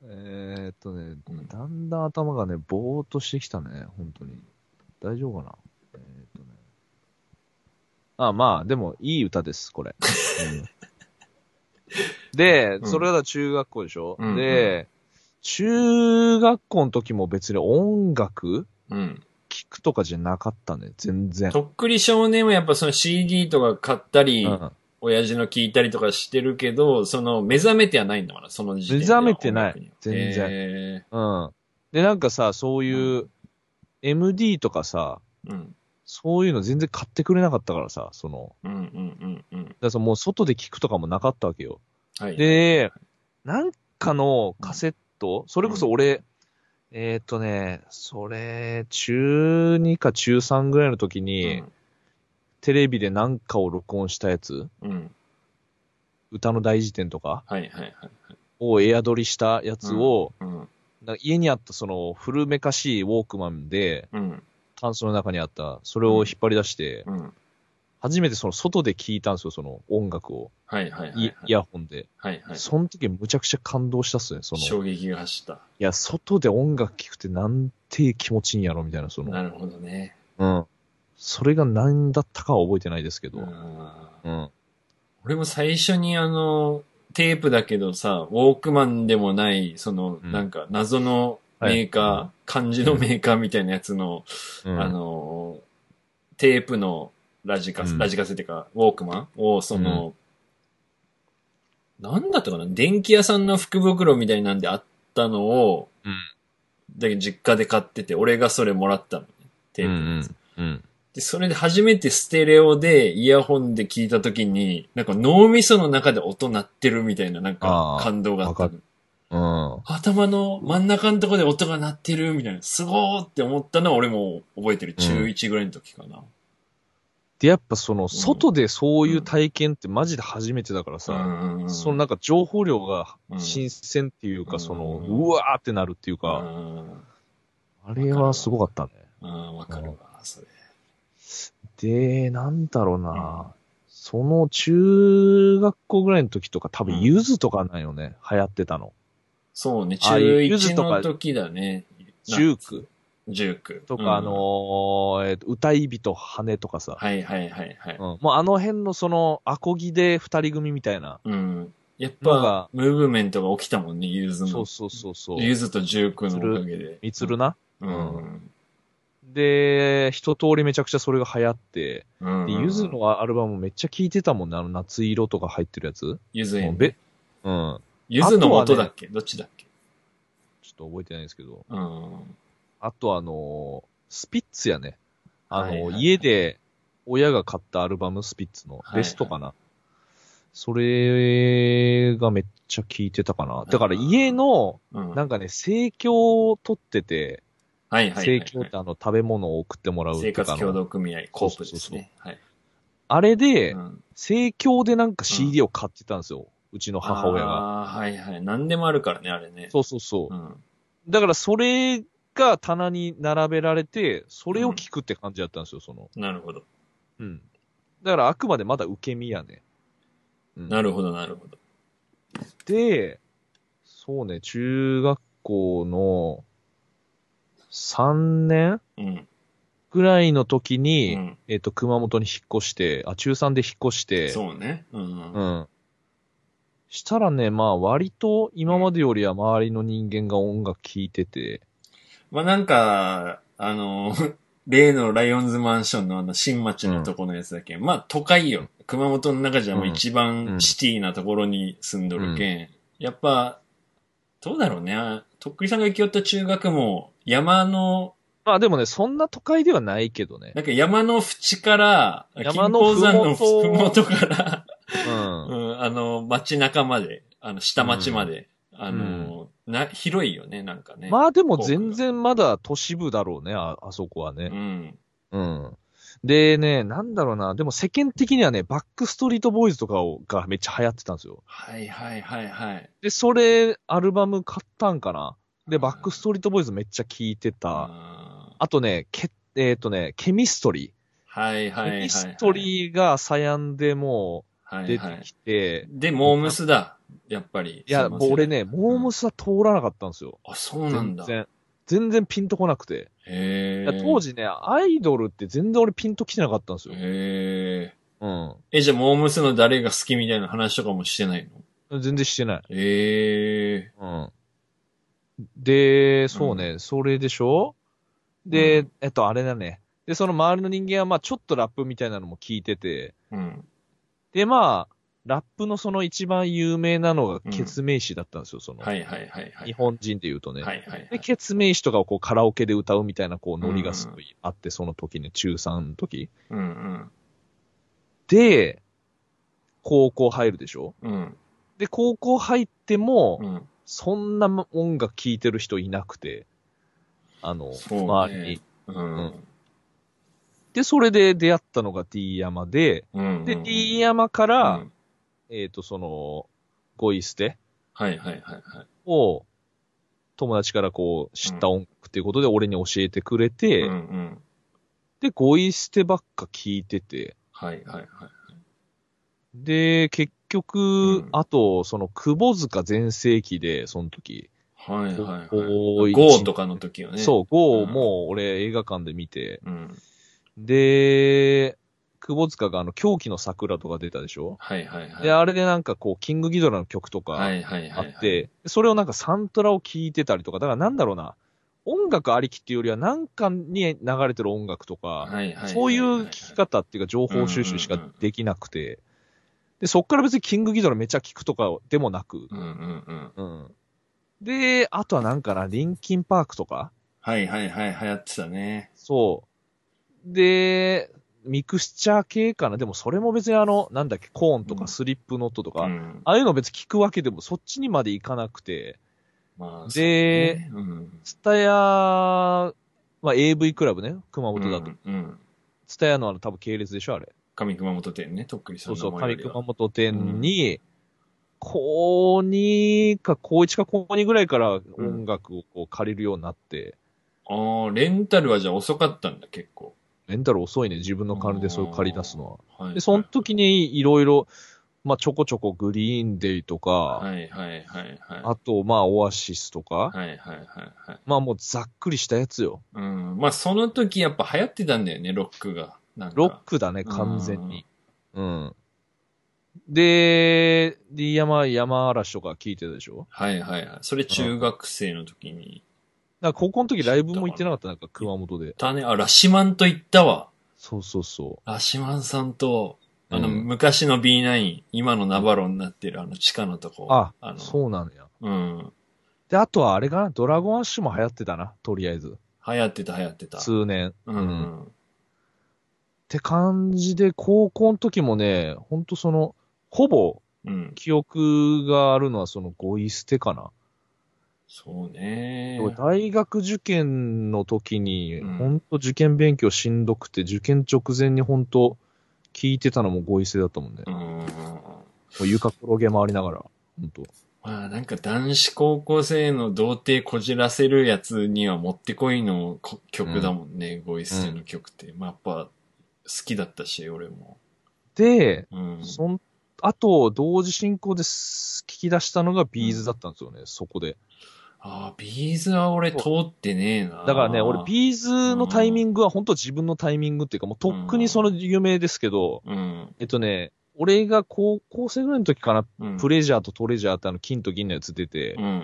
Speaker 2: えーっとね、
Speaker 3: うん
Speaker 2: だんだん頭がね、ぼーっとしてきたね、本当に。大丈夫かなえーっとね。あ、まあ、でも、いい歌です、これ。うんで
Speaker 3: う、ん
Speaker 2: それは中学校でしょ、
Speaker 3: うん
Speaker 2: で、中学校の時も別に音楽
Speaker 3: うん。
Speaker 2: 聴くとかじゃなかったね、全然。
Speaker 3: [laughs] とっくり少年はやっぱその CD とか買ったり、
Speaker 2: うん
Speaker 3: 親父の聞いたりとかしてるけど、その目覚めてはないんだから、その時点では。
Speaker 2: 目覚めてない
Speaker 3: 音楽には
Speaker 2: 全然
Speaker 3: へ
Speaker 2: うん。で、なんかさ、そういう MD とかさ、
Speaker 3: ーうん。
Speaker 2: そういうの全然買ってくれなかったからさ、その、
Speaker 3: うんうんうんうん。
Speaker 2: だからそのもう外で聞くとかもなかったわけよ。
Speaker 3: はい。
Speaker 2: で、なんかのカセット、それこそ俺、えーっ、とね、それ、中2か中3ぐらいの時に、テレビでなんかを録音したやつ、
Speaker 3: うん、うん。
Speaker 2: 歌の大辞典とか
Speaker 3: はいはいはい。
Speaker 2: をエア撮りしたやつを、
Speaker 3: うん。
Speaker 2: なんか家にあったその古めかしいウォークマンで、
Speaker 3: うん。
Speaker 2: タンスの中にあった、それを引っ張り出して、
Speaker 3: うん。
Speaker 2: 初めてその外で聞いたんですよ、その音楽を。
Speaker 3: はいはいはいはい
Speaker 2: イイヤホンで。
Speaker 3: はいはい。
Speaker 2: その時むちゃくちゃ感動したっすね、その。
Speaker 3: 衝撃が走った。
Speaker 2: いや、外で音楽聴くってなんて気持ちいいんやろみたいな、そ
Speaker 3: な
Speaker 2: の、
Speaker 3: るほどね。
Speaker 2: うん。それが何だったかは覚えてないですけど。
Speaker 3: うん
Speaker 2: うん。
Speaker 3: 俺も最初にあの、テープだけどさ、ウォークマンでもない、その、
Speaker 2: うん
Speaker 3: なんか謎のメーカー、
Speaker 2: は
Speaker 3: 漢字のメーカーみたいなやつの、
Speaker 2: うん
Speaker 3: あの、テープのラジカセ、
Speaker 2: うん
Speaker 3: ラジカセっていうか、ウォークマンを、その、なんだったかな電気屋さんの福袋みたいなんであったのを、
Speaker 2: うん
Speaker 3: だけど実家で買ってて、俺がそれもらったのね。テープのやつ。
Speaker 2: うんうん。
Speaker 3: で、それで初めてステレオでイヤホンで聞いたときに、なんか脳みその中で音鳴ってるみたいな、なんか
Speaker 2: あー
Speaker 3: 感動があった
Speaker 2: わか。うん。うん
Speaker 3: 頭の真ん中のとこで音が鳴ってるみたいな、すごーって思ったのは俺も覚えてる。
Speaker 2: うん
Speaker 3: 中1ぐらいの時かな。
Speaker 2: で、やっぱその、外でそういう体験ってマジで初めてだからさ、
Speaker 3: うんうん
Speaker 2: そのなんか情報量が
Speaker 3: うん
Speaker 2: 新鮮っていうか、
Speaker 3: うん
Speaker 2: その、うわーってなるっていう
Speaker 3: う
Speaker 2: か、
Speaker 3: ん
Speaker 2: あれはすごかったね。
Speaker 3: うん、わかるわ、それ。
Speaker 2: で、なんだろうな、
Speaker 3: う
Speaker 2: その中学校ぐらいの時とか多
Speaker 3: う
Speaker 2: 分
Speaker 3: ん
Speaker 2: ゆずとかなんよね、流行ってたの。
Speaker 3: そうね、
Speaker 2: あ
Speaker 3: 中
Speaker 2: あいうゆず
Speaker 3: 1
Speaker 2: とか
Speaker 3: の時だね。
Speaker 2: ジューク
Speaker 3: 19。
Speaker 2: とか、
Speaker 3: うん
Speaker 2: あのーえっと歌い人羽とかさ、
Speaker 3: はいはいはいはい
Speaker 2: うん。もうあの辺のその、アコギで二人組みたいな。
Speaker 3: うん。やっ
Speaker 2: の
Speaker 3: ぱ
Speaker 2: が、
Speaker 3: ムーブメントが起きたもんね、ユーズの。
Speaker 2: そうそうそうそう。
Speaker 3: ゆずとジュークのおかげで。
Speaker 2: みつるな。
Speaker 3: うん。
Speaker 2: で、一通りめちゃくちゃそれが流行って、
Speaker 3: うん。
Speaker 2: でゆず、のアルバムめっちゃ聴いてたもんね、あの夏色とか入ってるやつ。
Speaker 3: ゆず
Speaker 2: もう
Speaker 3: 園。
Speaker 2: べうん。
Speaker 3: ゆずの
Speaker 2: あと
Speaker 3: 元
Speaker 2: はね
Speaker 3: だっけどっちだっけ
Speaker 2: ちょっと覚えてないんですけど。
Speaker 3: うん。
Speaker 2: あとあのースピッツやね。あのー
Speaker 3: はいはいはい
Speaker 2: 家で親が買ったアルバムスピッツの
Speaker 3: はい
Speaker 2: ベストかな。それがめっちゃ聴いてたかな。だから家の、
Speaker 3: うん。
Speaker 2: なんかね、生協を取ってて、
Speaker 3: はいはいはい
Speaker 2: 生
Speaker 3: はい。
Speaker 2: 協ってあの食べ物を送ってもらう
Speaker 3: 生
Speaker 2: とか
Speaker 3: 活協
Speaker 2: の。
Speaker 3: 同組合、コープですね。はい。
Speaker 2: あれで
Speaker 3: う、ん
Speaker 2: 生協でなんか CD を買ってたんですよ。うちの母親が。
Speaker 3: ああ、はいはい。何でもあるからね、あれね。
Speaker 2: そうそうそう
Speaker 3: う。ん。
Speaker 2: だからそれが棚に並べられて、それを聞くって感じだったんですよ、その。
Speaker 3: なるほど。
Speaker 2: うん。だからあくまでまだ受け身やね。うん
Speaker 3: なるほど、なるほど。
Speaker 2: で、そうね、中学校の3年
Speaker 3: うん。
Speaker 2: ぐらいの時に、
Speaker 3: うん
Speaker 2: えっ、と、熊本に引っ越して、あ、中3で引っ越して、
Speaker 3: そうね。うん。
Speaker 2: うん。したらね、まあ割と今までよりは周りの人間が音楽聴いてて、
Speaker 3: まあなんか、あの、 [laughs] 例のライオンズマンションのあの新町のとこのやつだけ、ん、まあ都会よ。熊本の中じゃもう一
Speaker 2: う
Speaker 3: 番
Speaker 2: ん
Speaker 3: シティなところに住んどるけん。やっぱ、どうだろうね。とっくりさんが行きよった中学も山の、
Speaker 2: まあでもね、そんな都会ではないけどね。
Speaker 3: なんか山の淵から、
Speaker 2: 山の
Speaker 3: 金峰山のふ
Speaker 2: ふもと
Speaker 3: もとから、
Speaker 2: うん。
Speaker 3: うん、あの、街中まで、あの、下町まで、あの、な、広いよね、なんかね。
Speaker 2: まあでも全然まだ都市部だろうね、ああそこは
Speaker 3: う
Speaker 2: ね。
Speaker 3: ん。
Speaker 2: うん。でね、なんだろうな、でも世間的にはね、バックストリートボーイズとかをがめっちゃ流行ってたんですよ。
Speaker 3: はいはいはいはい。
Speaker 2: で、それ、アルバム買ったんかな。で、
Speaker 3: うん
Speaker 2: バックストリートボーイズめっちゃ聴いてた。
Speaker 3: あー
Speaker 2: あとね、けえっ、とね、ケミストリ
Speaker 3: はい
Speaker 2: ー。
Speaker 3: はいはい、は
Speaker 2: ケ
Speaker 3: い。
Speaker 2: ミストリーがサヤンでも
Speaker 3: は
Speaker 2: う
Speaker 3: い
Speaker 2: 出
Speaker 3: は
Speaker 2: て
Speaker 3: い。
Speaker 2: きて、
Speaker 3: で、モームスだ。やっぱり。
Speaker 2: いや、
Speaker 3: その
Speaker 2: もう
Speaker 3: 世代
Speaker 2: 俺ね、モームスは通らなかったんですよ。
Speaker 3: あ、そうなんだ。
Speaker 2: 全
Speaker 3: へ
Speaker 2: 然。全然ピンとこなくて。いや
Speaker 3: え。
Speaker 2: 当。時ね、アイドルって全然俺ピンときてなかったんですよ。
Speaker 3: へ
Speaker 2: うん。
Speaker 3: え。え、じゃあ、モームスの誰が好きみたいな話とかもしてないの
Speaker 2: 全然してない。
Speaker 3: へえ。
Speaker 2: うん。で、そうね、それでしょで、
Speaker 3: うん
Speaker 2: えっと、あれだね。で、その周りの人間は、まあちょっとラップみたいなのも聞いてて、
Speaker 3: うん。
Speaker 2: で、まあラップのその一番有名なのが、ケツメイシだったんですよ、その、
Speaker 3: はいはいはいはい。
Speaker 2: 日本人で言うとね。
Speaker 3: はいはい、は
Speaker 2: で、
Speaker 3: い。
Speaker 2: ケツメイシとかをこうカラオケで歌うみたいな、こう、ノリがすごいあって、その時ね、中3の時。
Speaker 3: うん
Speaker 2: で、高校入るでしょ
Speaker 3: うん。うん。
Speaker 2: で、高校入っても、
Speaker 3: うん。
Speaker 2: そんな音楽聴いてる人いなくて、あの、
Speaker 3: そうね
Speaker 2: 周りに。
Speaker 3: うん。
Speaker 2: で、それで出会ったのが D 山で、
Speaker 3: うん。
Speaker 2: で、D
Speaker 3: や
Speaker 2: 山から、
Speaker 3: うん、
Speaker 2: えっ、と、その、ゴイステ
Speaker 3: はいはいはいはい。
Speaker 2: を、友達からこう、知った音楽っていうことで俺に教えてくれて、
Speaker 3: うんうん。
Speaker 2: で、ゴイステばっか聴いてて、
Speaker 3: はいはいはい。
Speaker 2: で、結局、
Speaker 3: うん
Speaker 2: あと、その、窪塚全盛期で、その時、
Speaker 3: はいはい
Speaker 2: こ
Speaker 3: は
Speaker 2: う
Speaker 3: い。
Speaker 2: 一
Speaker 3: ゴーとかの時よね。
Speaker 2: そう、ゴ
Speaker 3: う
Speaker 2: ー
Speaker 3: ん
Speaker 2: もう俺映画館で見て、
Speaker 3: う。うん。
Speaker 2: で、窪塚があの、狂気の桜とか出たでしょ、
Speaker 3: はいはいはい。
Speaker 2: で、あれでなんかこう、キングギドラの曲と
Speaker 3: は
Speaker 2: か
Speaker 3: いはい
Speaker 2: あ
Speaker 3: はい、はい。
Speaker 2: って、それをなんかサントラを聴いてたりとか、だからなんだろうな、音楽ありきっていうよりは、なんかに流れてる音楽と
Speaker 3: は
Speaker 2: か
Speaker 3: い、はいはいはい。
Speaker 2: そういう聞き方っていうか、情報収集し
Speaker 3: うんうん
Speaker 2: か
Speaker 3: うん
Speaker 2: できなくて、で、そっから別にキングギドラめっちゃ聞くとかでもなく、
Speaker 3: うんうんうん。
Speaker 2: うん。で、あとはなんかな、リンキンパークとか
Speaker 3: はいはいはい、流行ってたね。
Speaker 2: そう。で、ミクスチャー系かなでもそれも別にあの、なんだっけ、コーンと
Speaker 3: うん
Speaker 2: かスリップノットとか、
Speaker 3: うん。
Speaker 2: ああいうの別に聞くわけでもそっちにまで行かなくて、
Speaker 3: まあ、
Speaker 2: で
Speaker 3: そうね、うん。
Speaker 2: ツタヤ、まあ AV クラブね、熊本だと。
Speaker 3: うん。うん。
Speaker 2: ツタヤのあの多分系列でしょあれ。
Speaker 3: 上熊本店ね、とっくりさ
Speaker 2: そ
Speaker 3: ん
Speaker 2: う
Speaker 3: の
Speaker 2: そう、
Speaker 3: 名前
Speaker 2: 上
Speaker 3: よりは
Speaker 2: 熊本店に、高2か高1か高2ぐらいから音楽をこう借りるようになって、
Speaker 3: ああ、レンタルはじゃあ遅かったんだ、結構。
Speaker 2: レンタル遅いね、自分の金でそういう借り出すのは。
Speaker 3: はい。
Speaker 2: で、その時にいろいろ、まあ、ちょこちょこグリーンデイとか、
Speaker 3: はいはいはいはい。
Speaker 2: あと、まあ、オアシスとか、
Speaker 3: はいはいはいはい。
Speaker 2: まあ、もうざっくりしたやつよ。
Speaker 3: うん。まあ、その時やっぱ流行ってたんだよね、ロックが。なんか
Speaker 2: ロックだね、完全に。うん。で、D 山、山嵐とか聞いてたでしょ
Speaker 3: はいはいはい。それ中学生の時に。
Speaker 2: なんか高校の時ライブも行ってなかった、なんか熊本で。
Speaker 3: だね、あ、ラシマンと行ったわ。
Speaker 2: そうそうそ
Speaker 3: ラシマンさんと、
Speaker 2: う。
Speaker 3: あの、
Speaker 2: うん
Speaker 3: 昔の B9、今のナバロになってるあの地下のとこ。
Speaker 2: あ
Speaker 3: の、
Speaker 2: そうなのや。
Speaker 3: う。うん。
Speaker 2: で、あとはあれかな、ドラゴンアッシュも流行ってたな、とりあえず。
Speaker 3: 流行ってた流行ってた。
Speaker 2: 数年。
Speaker 3: うんうん。
Speaker 2: って感じで、高校の時もね、ほんとその、ほぼ
Speaker 3: うん。
Speaker 2: 記憶があるのはそのゴイ捨てかな。
Speaker 3: そうね。
Speaker 2: 大学受験の時に、
Speaker 3: うん
Speaker 2: ほんと受験勉強しんどくて、受験直前にほんと聞いてたのもゴイ捨てだったもんね。
Speaker 3: う
Speaker 2: も
Speaker 3: ん。
Speaker 2: う床転げ回りながら、ほんと。
Speaker 3: まあなんか男子高校生の童貞こじらせるやつにはもってこいのこ曲だもんね、ゴイステの曲って。まあやっぱ好きだったし、俺も。
Speaker 2: で、
Speaker 3: うん。
Speaker 2: そん、あと、同時進行です聞き出したのがビーズだったんですよね、そこで。
Speaker 3: ああ、ビーズは俺通ってねえな。
Speaker 2: だからね、俺、ビーズのタイミングは本当自分のタイミングっていうか、もうとっくにその有名ですけど、
Speaker 3: うん。
Speaker 2: えっとね、俺が高校生ぐらいの時かな、
Speaker 3: うん。
Speaker 2: プレジャーとトレジャーってあの金と銀のやつ出て
Speaker 3: うん、うんう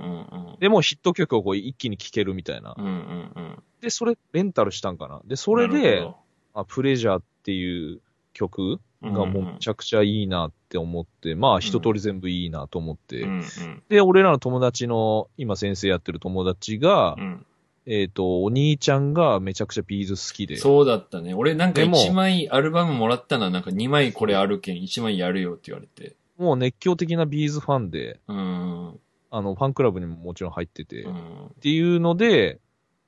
Speaker 3: ん。
Speaker 2: でもヒット曲をこう一気に聴けるみたいな。
Speaker 3: うんうんうん。
Speaker 2: で、それレンタルしたんかな。で、それ
Speaker 3: なる
Speaker 2: で
Speaker 3: ほ、
Speaker 2: あプレジャーっていう曲
Speaker 3: ど、
Speaker 2: がもうめちゃくちゃいいなって思って、まあ一通り全部いいなと思って、
Speaker 3: うんうん
Speaker 2: で、俺らの友達の、今先生やってる友達が
Speaker 3: う、ん。
Speaker 2: えっ、と、お兄ちゃんがめちゃくちゃビーズ好きで、
Speaker 3: そうだったね。俺なんか
Speaker 2: でも
Speaker 3: 1枚アルバムもらったな、なんか2枚これあるけん、1枚やるよって言われて。
Speaker 2: もう熱狂的なビーズファンで、
Speaker 3: うん。うん
Speaker 2: あの、ファンクラブにももちろん入ってて、
Speaker 3: う
Speaker 2: っ
Speaker 3: ん。
Speaker 2: ていうので、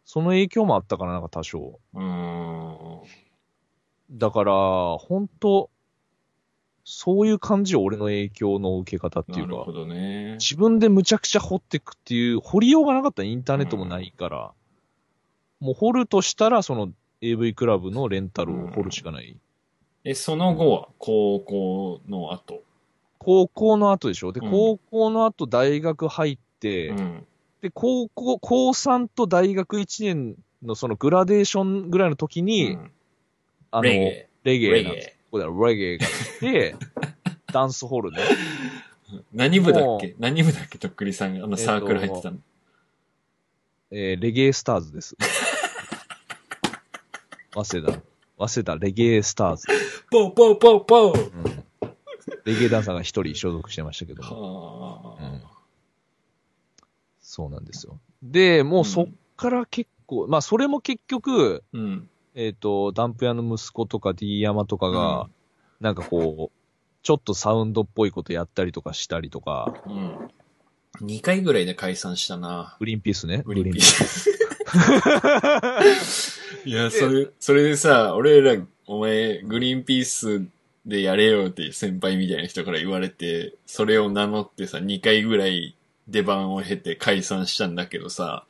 Speaker 2: その影響もあったかな、なんか多少。
Speaker 3: うん。
Speaker 2: だから、本当そういう感じを俺の影響の受け方ってい
Speaker 3: な
Speaker 2: う
Speaker 3: るほ
Speaker 2: か、
Speaker 3: どね。
Speaker 2: 自分でむちゃくちゃ掘ってくっていう、掘りようがなかったインターネットもないから、もう掘るとしたら、その AV クラブのレンタルを掘るしかない。
Speaker 3: え、その後は、高校の後。
Speaker 2: 高校の後でしょ。で、
Speaker 3: うん
Speaker 2: 高校の後大学入って、
Speaker 3: うん。
Speaker 2: で、高校、高3と大学1年のそのグラデーションぐらいの時に、
Speaker 3: うん
Speaker 2: あの、
Speaker 3: レゲ
Speaker 2: レ
Speaker 3: エ。
Speaker 2: ゲエ
Speaker 3: レ
Speaker 2: なん
Speaker 3: ゲ
Speaker 2: です
Speaker 3: エ。
Speaker 2: ここだレゲエが来
Speaker 3: [laughs]
Speaker 2: て、ダンスホールね。
Speaker 3: 何部だっ
Speaker 2: も
Speaker 3: け何部だっけとっくりさんが、あのサークル入ってたの。
Speaker 2: えーレゲエスターズ
Speaker 3: [laughs]
Speaker 2: です。早稲田。早稲田レゲエスターズ。
Speaker 3: ポーポーポーポー
Speaker 2: うんレゲエダンサーが一人所属してましたけども。
Speaker 3: は
Speaker 2: うん
Speaker 3: あ。
Speaker 2: そうなんですよ。で、もうそっから結構、まあそれも結局、
Speaker 3: うん。
Speaker 2: えっ、と、ダンプ屋の息子とか D 山とかが、
Speaker 3: うん
Speaker 2: なんかこう、ちょっとサウンドっぽいことやったりとかしたりとか、
Speaker 3: うん。2回ぐらいで解散したな。
Speaker 2: グリーンピースね。
Speaker 3: グリーンピー
Speaker 2: ス。
Speaker 3: ス。 [laughs] いや、それ、それでさ、俺ら、お前、グリーンピースでやれよって先輩みたいな人から言われて、それを名乗ってさ、2回ぐらい出番を経て解散したんだけどさ、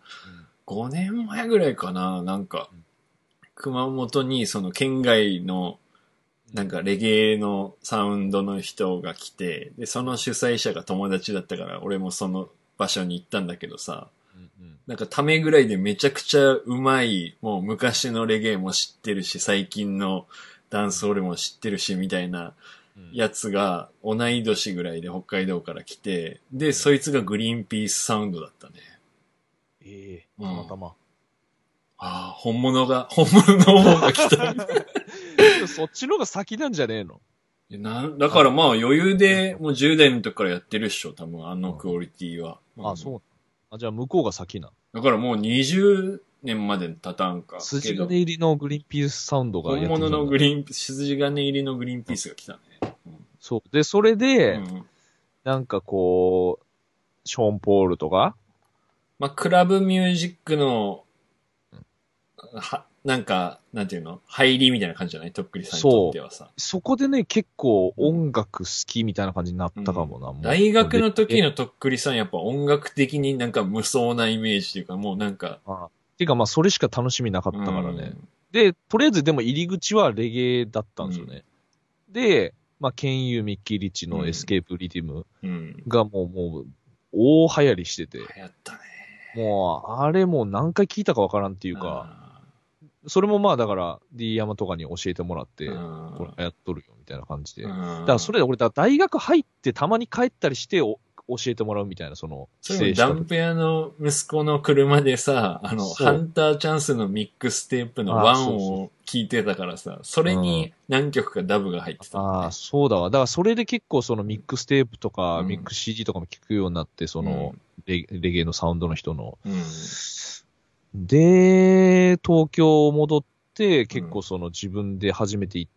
Speaker 3: 5年前ぐらいかな、なんか
Speaker 2: うん、
Speaker 3: 熊本にその県外の、なんかレゲエのサウンドの人が来て、で、その主催者が友達だったから、俺もその場所に行ったんだけどさ、
Speaker 2: うんうん
Speaker 3: なんかためぐらいでめちゃくちゃうまい、もう昔のレゲエも知ってるし、最近のダンスホールも知ってるし、みたいな
Speaker 2: うん
Speaker 3: やつが同い年ぐらいで北海道から来て、で、そいつがグリーンピースサウンドだったね。
Speaker 2: ええ
Speaker 3: う
Speaker 2: た
Speaker 3: ん
Speaker 2: またま。
Speaker 3: ああ、本物が、 [laughs] 本物の方が来た。 [laughs]
Speaker 2: そっちの方が先なんじゃねえの
Speaker 3: いやなだからまあ余裕でもう10代の時からやってるっしょ、多分あのクオリティは。
Speaker 2: あ、そう。あ、じゃあ向こうが先な。
Speaker 3: だからもう20年まで経たんか。け
Speaker 2: 筋
Speaker 3: ど
Speaker 2: 金入りのグリーンピースサウンドがや
Speaker 3: 本
Speaker 2: ってきたんだ
Speaker 3: 物のグリーン、筋金入りのグリーンピースが来たね。
Speaker 2: そう。で、それで、
Speaker 3: うん
Speaker 2: なんかこう、ショーン・ポールとか、
Speaker 3: まあ、クラブミュージックの、は、なんか、なんていうの入りみたいな感じじゃないとっくりさんにとってはさ。
Speaker 2: そこでね、結構音楽好きみたいな感じになったかもな。もう
Speaker 3: 大学の時のとっくりさんやっぱ音楽的になんか無双なイメージというか、もうなんか、
Speaker 2: ていうかまあ、それしか楽しみなかったからね。で、とりあえずでも入り口はレゲエだったんですよね。で、まあ、ケンユー・ミッキー・リッチ
Speaker 3: う
Speaker 2: の
Speaker 3: ん
Speaker 2: エスケープ・リディム
Speaker 3: うん。うん。
Speaker 2: がもう、もう、大流行りしてて、
Speaker 3: 流行ったね。
Speaker 2: もう、あれもう何回聞いたかわからんっていうか、
Speaker 3: あ
Speaker 2: それもまあだから、D 山とかに教えてもらって、
Speaker 3: ー、
Speaker 2: これ流行っとるよみたいな感じで。だ
Speaker 3: だ
Speaker 2: からそれで俺、だから大学入ってたまに帰ったりしてお教えてもらうみたいな、その、
Speaker 3: それも
Speaker 2: 帰省し
Speaker 3: ダ
Speaker 2: た
Speaker 3: ン
Speaker 2: 時
Speaker 3: プ屋の息子の車でさ、あの、
Speaker 2: そう
Speaker 3: ハンターチャンスのミックステープの
Speaker 2: あ
Speaker 3: ワ
Speaker 2: そう
Speaker 3: ン
Speaker 2: そう
Speaker 3: を聞いてたからさ、それに何曲かダブが入ってた、
Speaker 2: ああ、そうだわ。だからそれで結構そのミックステープとか、
Speaker 3: うん
Speaker 2: ミックス CD とかも聞くようになって、その、レレゲエのサウンドの人の。
Speaker 3: うん。うん。
Speaker 2: で、東京戻って、結構その自分で初めてい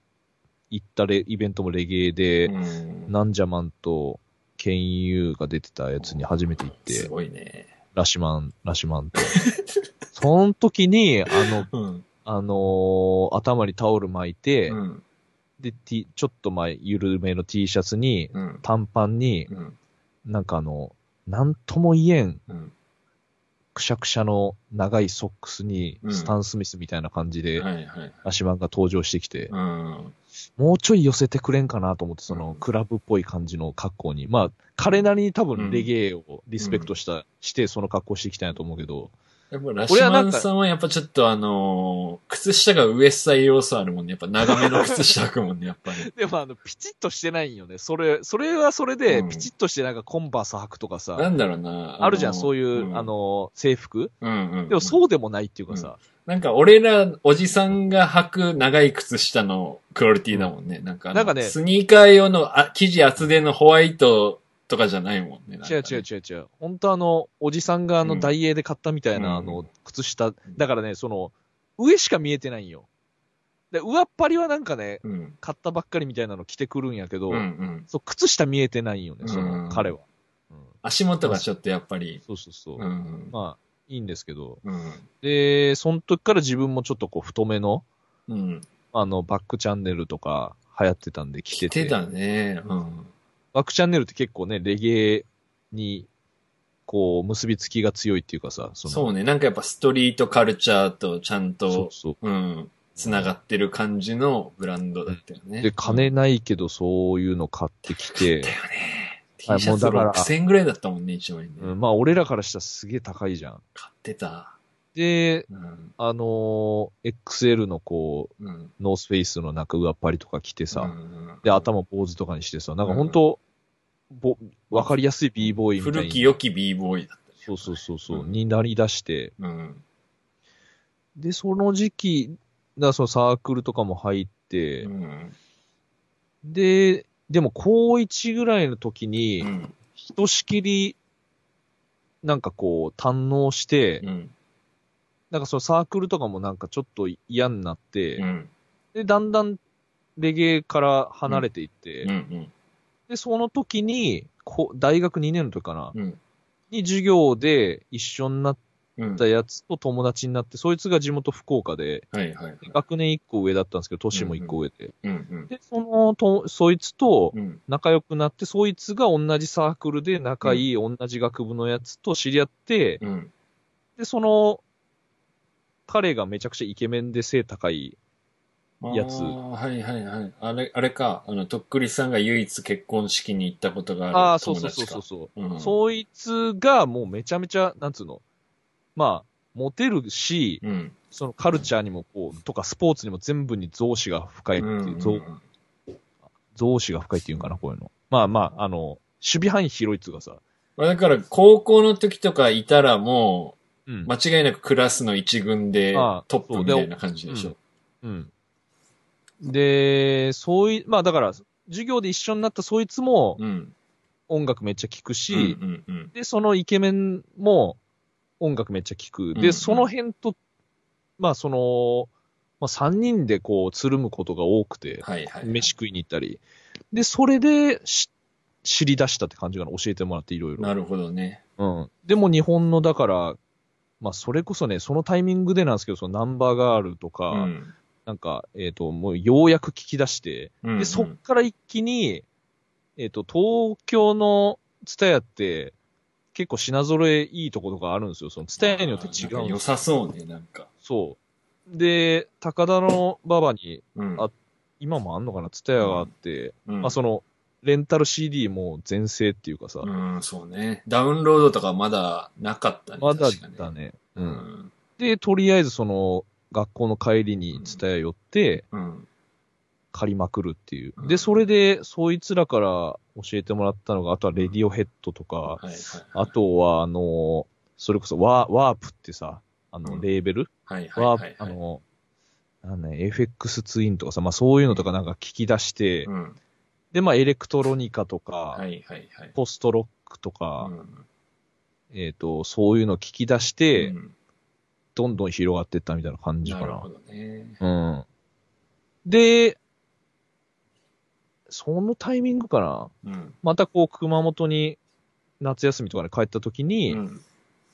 Speaker 2: 行ったレイベントもレゲエで、
Speaker 3: うん
Speaker 2: なんじゃまんと、ケンユーが出てたやつに初めて行っ
Speaker 3: す
Speaker 2: て、
Speaker 3: ごいね。
Speaker 2: ラシマン、ラシマンと。 [laughs] その時に、あの、
Speaker 3: うん。
Speaker 2: あのー頭にタオル巻いて、
Speaker 3: うん。
Speaker 2: で、T、ちょっと前、緩めの T シャツに、
Speaker 3: うん。
Speaker 2: 短パンに、
Speaker 3: うん。
Speaker 2: なんかあの、なんとも言えん、
Speaker 3: うん。
Speaker 2: くしゃくしゃの長いソックスに、
Speaker 3: うん
Speaker 2: スタン・スミスみたいな感じで、
Speaker 3: はいはい。
Speaker 2: ラシマンが登場してきて、
Speaker 3: うん。
Speaker 2: もうちょい寄せてくれんかなと思って、その、
Speaker 3: うん
Speaker 2: クラブっぽい感じの格好に。まあ、彼なりに多分レゲエをリスペクトした、して、その格好してきたんやと思うけど、
Speaker 3: やっぱラシ
Speaker 2: 俺はな
Speaker 3: マ
Speaker 2: んか
Speaker 3: ンさんはやっぱちょっとあのー靴下がウエスタイ要素あるもんね。やっぱ長めの靴下履くもんね、やっぱね。
Speaker 2: でもあの、ピチッとしてないんよね。それ、それはそれで、
Speaker 3: うん
Speaker 2: ピチッとしてなんかコンバース履くとかさ、
Speaker 3: なんだ [laughs] ろうな。
Speaker 2: あるじゃん、そういう、あ、
Speaker 3: の
Speaker 2: の、制服。
Speaker 3: うんうんうん。
Speaker 2: でもそうでもないっていうかさ、
Speaker 3: なんか俺らおじさんが履く長い靴下のクオリティだもんね。なんかあの
Speaker 2: なんかね
Speaker 3: スニーカー用のあ生地厚手のホワイトとかじゃないもんね。なんか
Speaker 2: 違
Speaker 3: ね
Speaker 2: う違う違う違う。本当あの、おじさんがあ
Speaker 3: う
Speaker 2: の、
Speaker 3: ん
Speaker 2: ダイエーで買ったみたいな、あ
Speaker 3: う
Speaker 2: の
Speaker 3: ん、
Speaker 2: 靴下。だからね、その、上しか見えてないんよ。で、上っ張りはなんかね、
Speaker 3: うん。
Speaker 2: 買ったばっかりみたいなの着てくるんやけど、
Speaker 3: うんうん。
Speaker 2: そう、靴下見えてないんよね、その、
Speaker 3: うん
Speaker 2: 彼は、うん。
Speaker 3: 足元がちょっとやっぱり。
Speaker 2: そうそうそう。
Speaker 3: うんうん。
Speaker 2: まあ、いいんですけど。
Speaker 3: うん。
Speaker 2: で、その時から自分もちょっとこう、太めの、
Speaker 3: うん。
Speaker 2: あの、バックチャンネルとか流行ってたんで着て
Speaker 3: 着
Speaker 2: て。
Speaker 3: てたね。うん。
Speaker 2: バックチャンネルって結構ね、レゲエに、こう、結びつきが強いっていうかさ、その
Speaker 3: そうね。なんかやっぱストリートカルチャーとちゃん
Speaker 2: そう
Speaker 3: と、
Speaker 2: そう
Speaker 3: うん。つながってる感じのブランドだったよね。
Speaker 2: で、金ないけどそういうの買ってきて、
Speaker 3: だよね。
Speaker 2: はい
Speaker 3: T シャツ
Speaker 2: もうだから
Speaker 3: 6000ぐらいだったもんね、一枚ね。
Speaker 2: うん、 [laughs] まあ俺らからしたらすげえ高いじゃん。
Speaker 3: 買ってた。
Speaker 2: で、
Speaker 3: うん。
Speaker 2: あのー XL のこ
Speaker 3: うん。
Speaker 2: う、ノースフェイスの中上っ張りとか着てさ、
Speaker 3: うん
Speaker 2: で、頭坊主とかにしてさ、なんか本当、ぼ、わかりやすい b ボーイみたいな。
Speaker 3: 古き良き b ボーイだったね。
Speaker 2: そうそうそうそう、
Speaker 3: うん
Speaker 2: になりだして、
Speaker 3: うん。
Speaker 2: で、その時期、だからそのサークルとかも入って、
Speaker 3: うん。
Speaker 2: で、でも高1ぐらいの時に
Speaker 3: う、ん。
Speaker 2: ひとしきり、なんかこう、堪能して、
Speaker 3: うん。
Speaker 2: なんかそのサークルとかもなんかちょっと嫌になって、
Speaker 3: うん。
Speaker 2: で、だんだんレゲエから離れていって、
Speaker 3: うん。
Speaker 2: で、その時に、こ大学2年の時かな、
Speaker 3: うん。
Speaker 2: に授業で一緒になっ
Speaker 3: うん。
Speaker 2: たやつと友達になって、そいつが地元福岡で、
Speaker 3: はいはいはい。
Speaker 2: 学年1個上だったんですけど、年も1個上で。
Speaker 3: うん。うん。
Speaker 2: で、そのと、そいつと
Speaker 3: うん。
Speaker 2: 仲良くなって、そいつが同じサークルで仲いい、同じ学部のやつと知り合って、
Speaker 3: うん。
Speaker 2: で、その、彼がめちゃくちゃイケメンで背高い。やつ
Speaker 3: あーはいはいはい。あれ、あれか。あの、とっくりさんが唯一結婚式に行ったことがある
Speaker 2: ああ、そう
Speaker 3: 友
Speaker 2: そうそう
Speaker 3: 達か。
Speaker 2: そうそうう、
Speaker 3: ん
Speaker 2: そいつがもうめちゃめちゃ、なんつうの。まあ、モテるし、
Speaker 3: うん。
Speaker 2: そのカルチャーにもこう、とかスポーツにも全部に増子が深いって
Speaker 3: うん。う
Speaker 2: い
Speaker 3: ん
Speaker 2: う、増増子が深いっていうんかな、こういうの。まあまあ、あの、守備範囲広いっつうかさ。
Speaker 3: まあだから、高校の時とかいたらも
Speaker 2: うん
Speaker 3: う、。間違いなくクラスの一軍で
Speaker 2: あー
Speaker 3: トップみたいな感じでしょ。
Speaker 2: うん。で、そうい、まあだから、授業で一緒になったそいつも
Speaker 3: うん。
Speaker 2: 音楽めっちゃ聴く
Speaker 3: う
Speaker 2: し、
Speaker 3: ん。うん。うん。
Speaker 2: で、そのイケメンも音楽めっちゃ聴く。
Speaker 3: うんう
Speaker 2: で、
Speaker 3: ん
Speaker 2: その辺と、まあその、まあ3人でこう、つるむことが多くて、
Speaker 3: はいはい。
Speaker 2: 飯食いに行ったり。で、それでし知り出したって感じかな。教えてもらっていろいろ。
Speaker 3: なるほどね。
Speaker 2: うん。でも日本の、だから、まあそれこそね、そのタイミングでなんですけど、そのナンバーガールとか、
Speaker 3: うん。
Speaker 2: なんか、えっ、と、もうようやく聞き出して、
Speaker 3: うんうん
Speaker 2: で、そっから一気に、えっ、と、東京のツタヤって、結構品揃えいいところがあるんですよ。そのツタヤによって違
Speaker 3: なん
Speaker 2: う
Speaker 3: か
Speaker 2: んで
Speaker 3: 良
Speaker 2: す
Speaker 3: さそうね、なんか。
Speaker 2: そう。で、高田の馬場に、
Speaker 3: うん。
Speaker 2: あ今もあんのかなツタヤがあって、
Speaker 3: うん、
Speaker 2: まあその、レンタル CD も全盛っていうかさ、
Speaker 3: うん、そうね。ダウンロードとかまだなかったね。
Speaker 2: まだ
Speaker 3: 確か
Speaker 2: だ
Speaker 3: ね。
Speaker 2: ね。う。
Speaker 3: うんん。
Speaker 2: で、とりあえずその、学校の帰りにツタヤ寄って、
Speaker 3: うん。
Speaker 2: 借りまくるっていう
Speaker 3: う。ん
Speaker 2: で、それで、そいつらから教えてもらったのが、あとはレディオヘッドとか
Speaker 3: は、いはい。
Speaker 2: あとは、あの、それこそワー、ワープってさ、あ
Speaker 3: う
Speaker 2: の、
Speaker 3: ん
Speaker 2: レーベル、
Speaker 3: はいはい
Speaker 2: ワ
Speaker 3: は
Speaker 2: ー
Speaker 3: い
Speaker 2: プ、あ
Speaker 3: はい。
Speaker 2: の、なんだね、FX ツインとかさ、まあそういうのとかなんか聞き出して、
Speaker 3: うん。
Speaker 2: で、まあエレクトロニカとか、
Speaker 3: はいはいはい。
Speaker 2: ポストロックと
Speaker 3: う
Speaker 2: か、
Speaker 3: ん
Speaker 2: えっ、と、そういうの聞き出して、
Speaker 3: うん
Speaker 2: どんどん広がってったみたいな感じ
Speaker 3: な
Speaker 2: か
Speaker 3: る
Speaker 2: な
Speaker 3: ほ。どね。
Speaker 2: うん。で、そのタイミングかな
Speaker 3: うん。
Speaker 2: またこう熊本に夏休みとかで帰った時
Speaker 3: う
Speaker 2: に、
Speaker 3: ん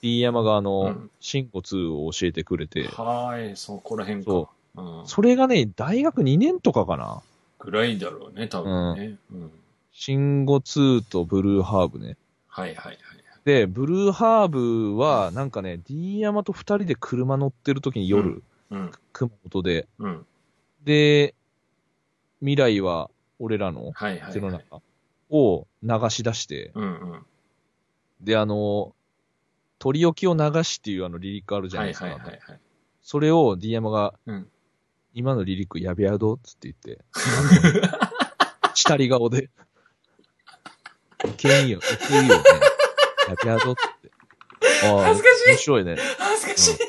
Speaker 2: D 山があ
Speaker 3: う
Speaker 2: の
Speaker 3: ん、
Speaker 2: 新骨を教えてくれて、
Speaker 3: はい、そこら辺か
Speaker 2: そ。
Speaker 3: うん
Speaker 2: それがね、大学2年とかかな
Speaker 3: ぐらいだろうね、多分ね。うん。
Speaker 2: 新語2とブルーハーブね。
Speaker 3: はいはいはい。
Speaker 2: で、ブルーハーブは、なんかね、D 山と2人で車乗ってる時に夜、
Speaker 3: うん。
Speaker 2: 熊本で。
Speaker 3: うん。
Speaker 2: で、未来は俺らの
Speaker 3: はいはい
Speaker 2: 世の
Speaker 3: はい。
Speaker 2: 中を流し出して、
Speaker 3: うんうん。
Speaker 2: で、あの、取り置きを流しっていうあのリリックあるじゃないですか。
Speaker 3: はいはいはいはい。
Speaker 2: それを D 山が、
Speaker 3: うん
Speaker 2: 今のリリックやべやどっつって
Speaker 3: [laughs]
Speaker 2: 言って、したり顔で、いけんよ、いけんよね。やべやどっつって。ああ
Speaker 3: 恥ずかしい
Speaker 2: 面白いね。
Speaker 3: 恥ずかしい。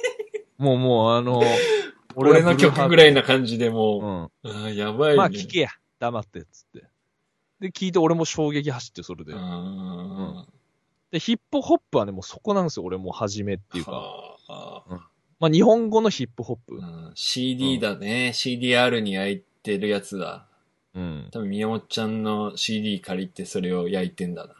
Speaker 2: もうもうあの、
Speaker 3: 俺
Speaker 2: が
Speaker 3: の
Speaker 2: ブルーハー
Speaker 3: 曲
Speaker 2: ツ
Speaker 3: ぐらいな感じでも
Speaker 2: うん。
Speaker 3: う、ああ、やばいね。
Speaker 2: まあ聞けや、黙って、つって。で、聞いて俺も衝撃走って、それで。
Speaker 3: あ
Speaker 2: で、ヒップホップはね、もうそこなんですよ、俺もう初めって
Speaker 3: ー
Speaker 2: いうか。
Speaker 3: は
Speaker 2: まあ日本語のヒップホップ
Speaker 3: ー。うん CD だね。CDR に焼いてるやつだ。
Speaker 2: うん。
Speaker 3: 多分、宮本ちゃんの CD 借りてそれを焼いてんだな。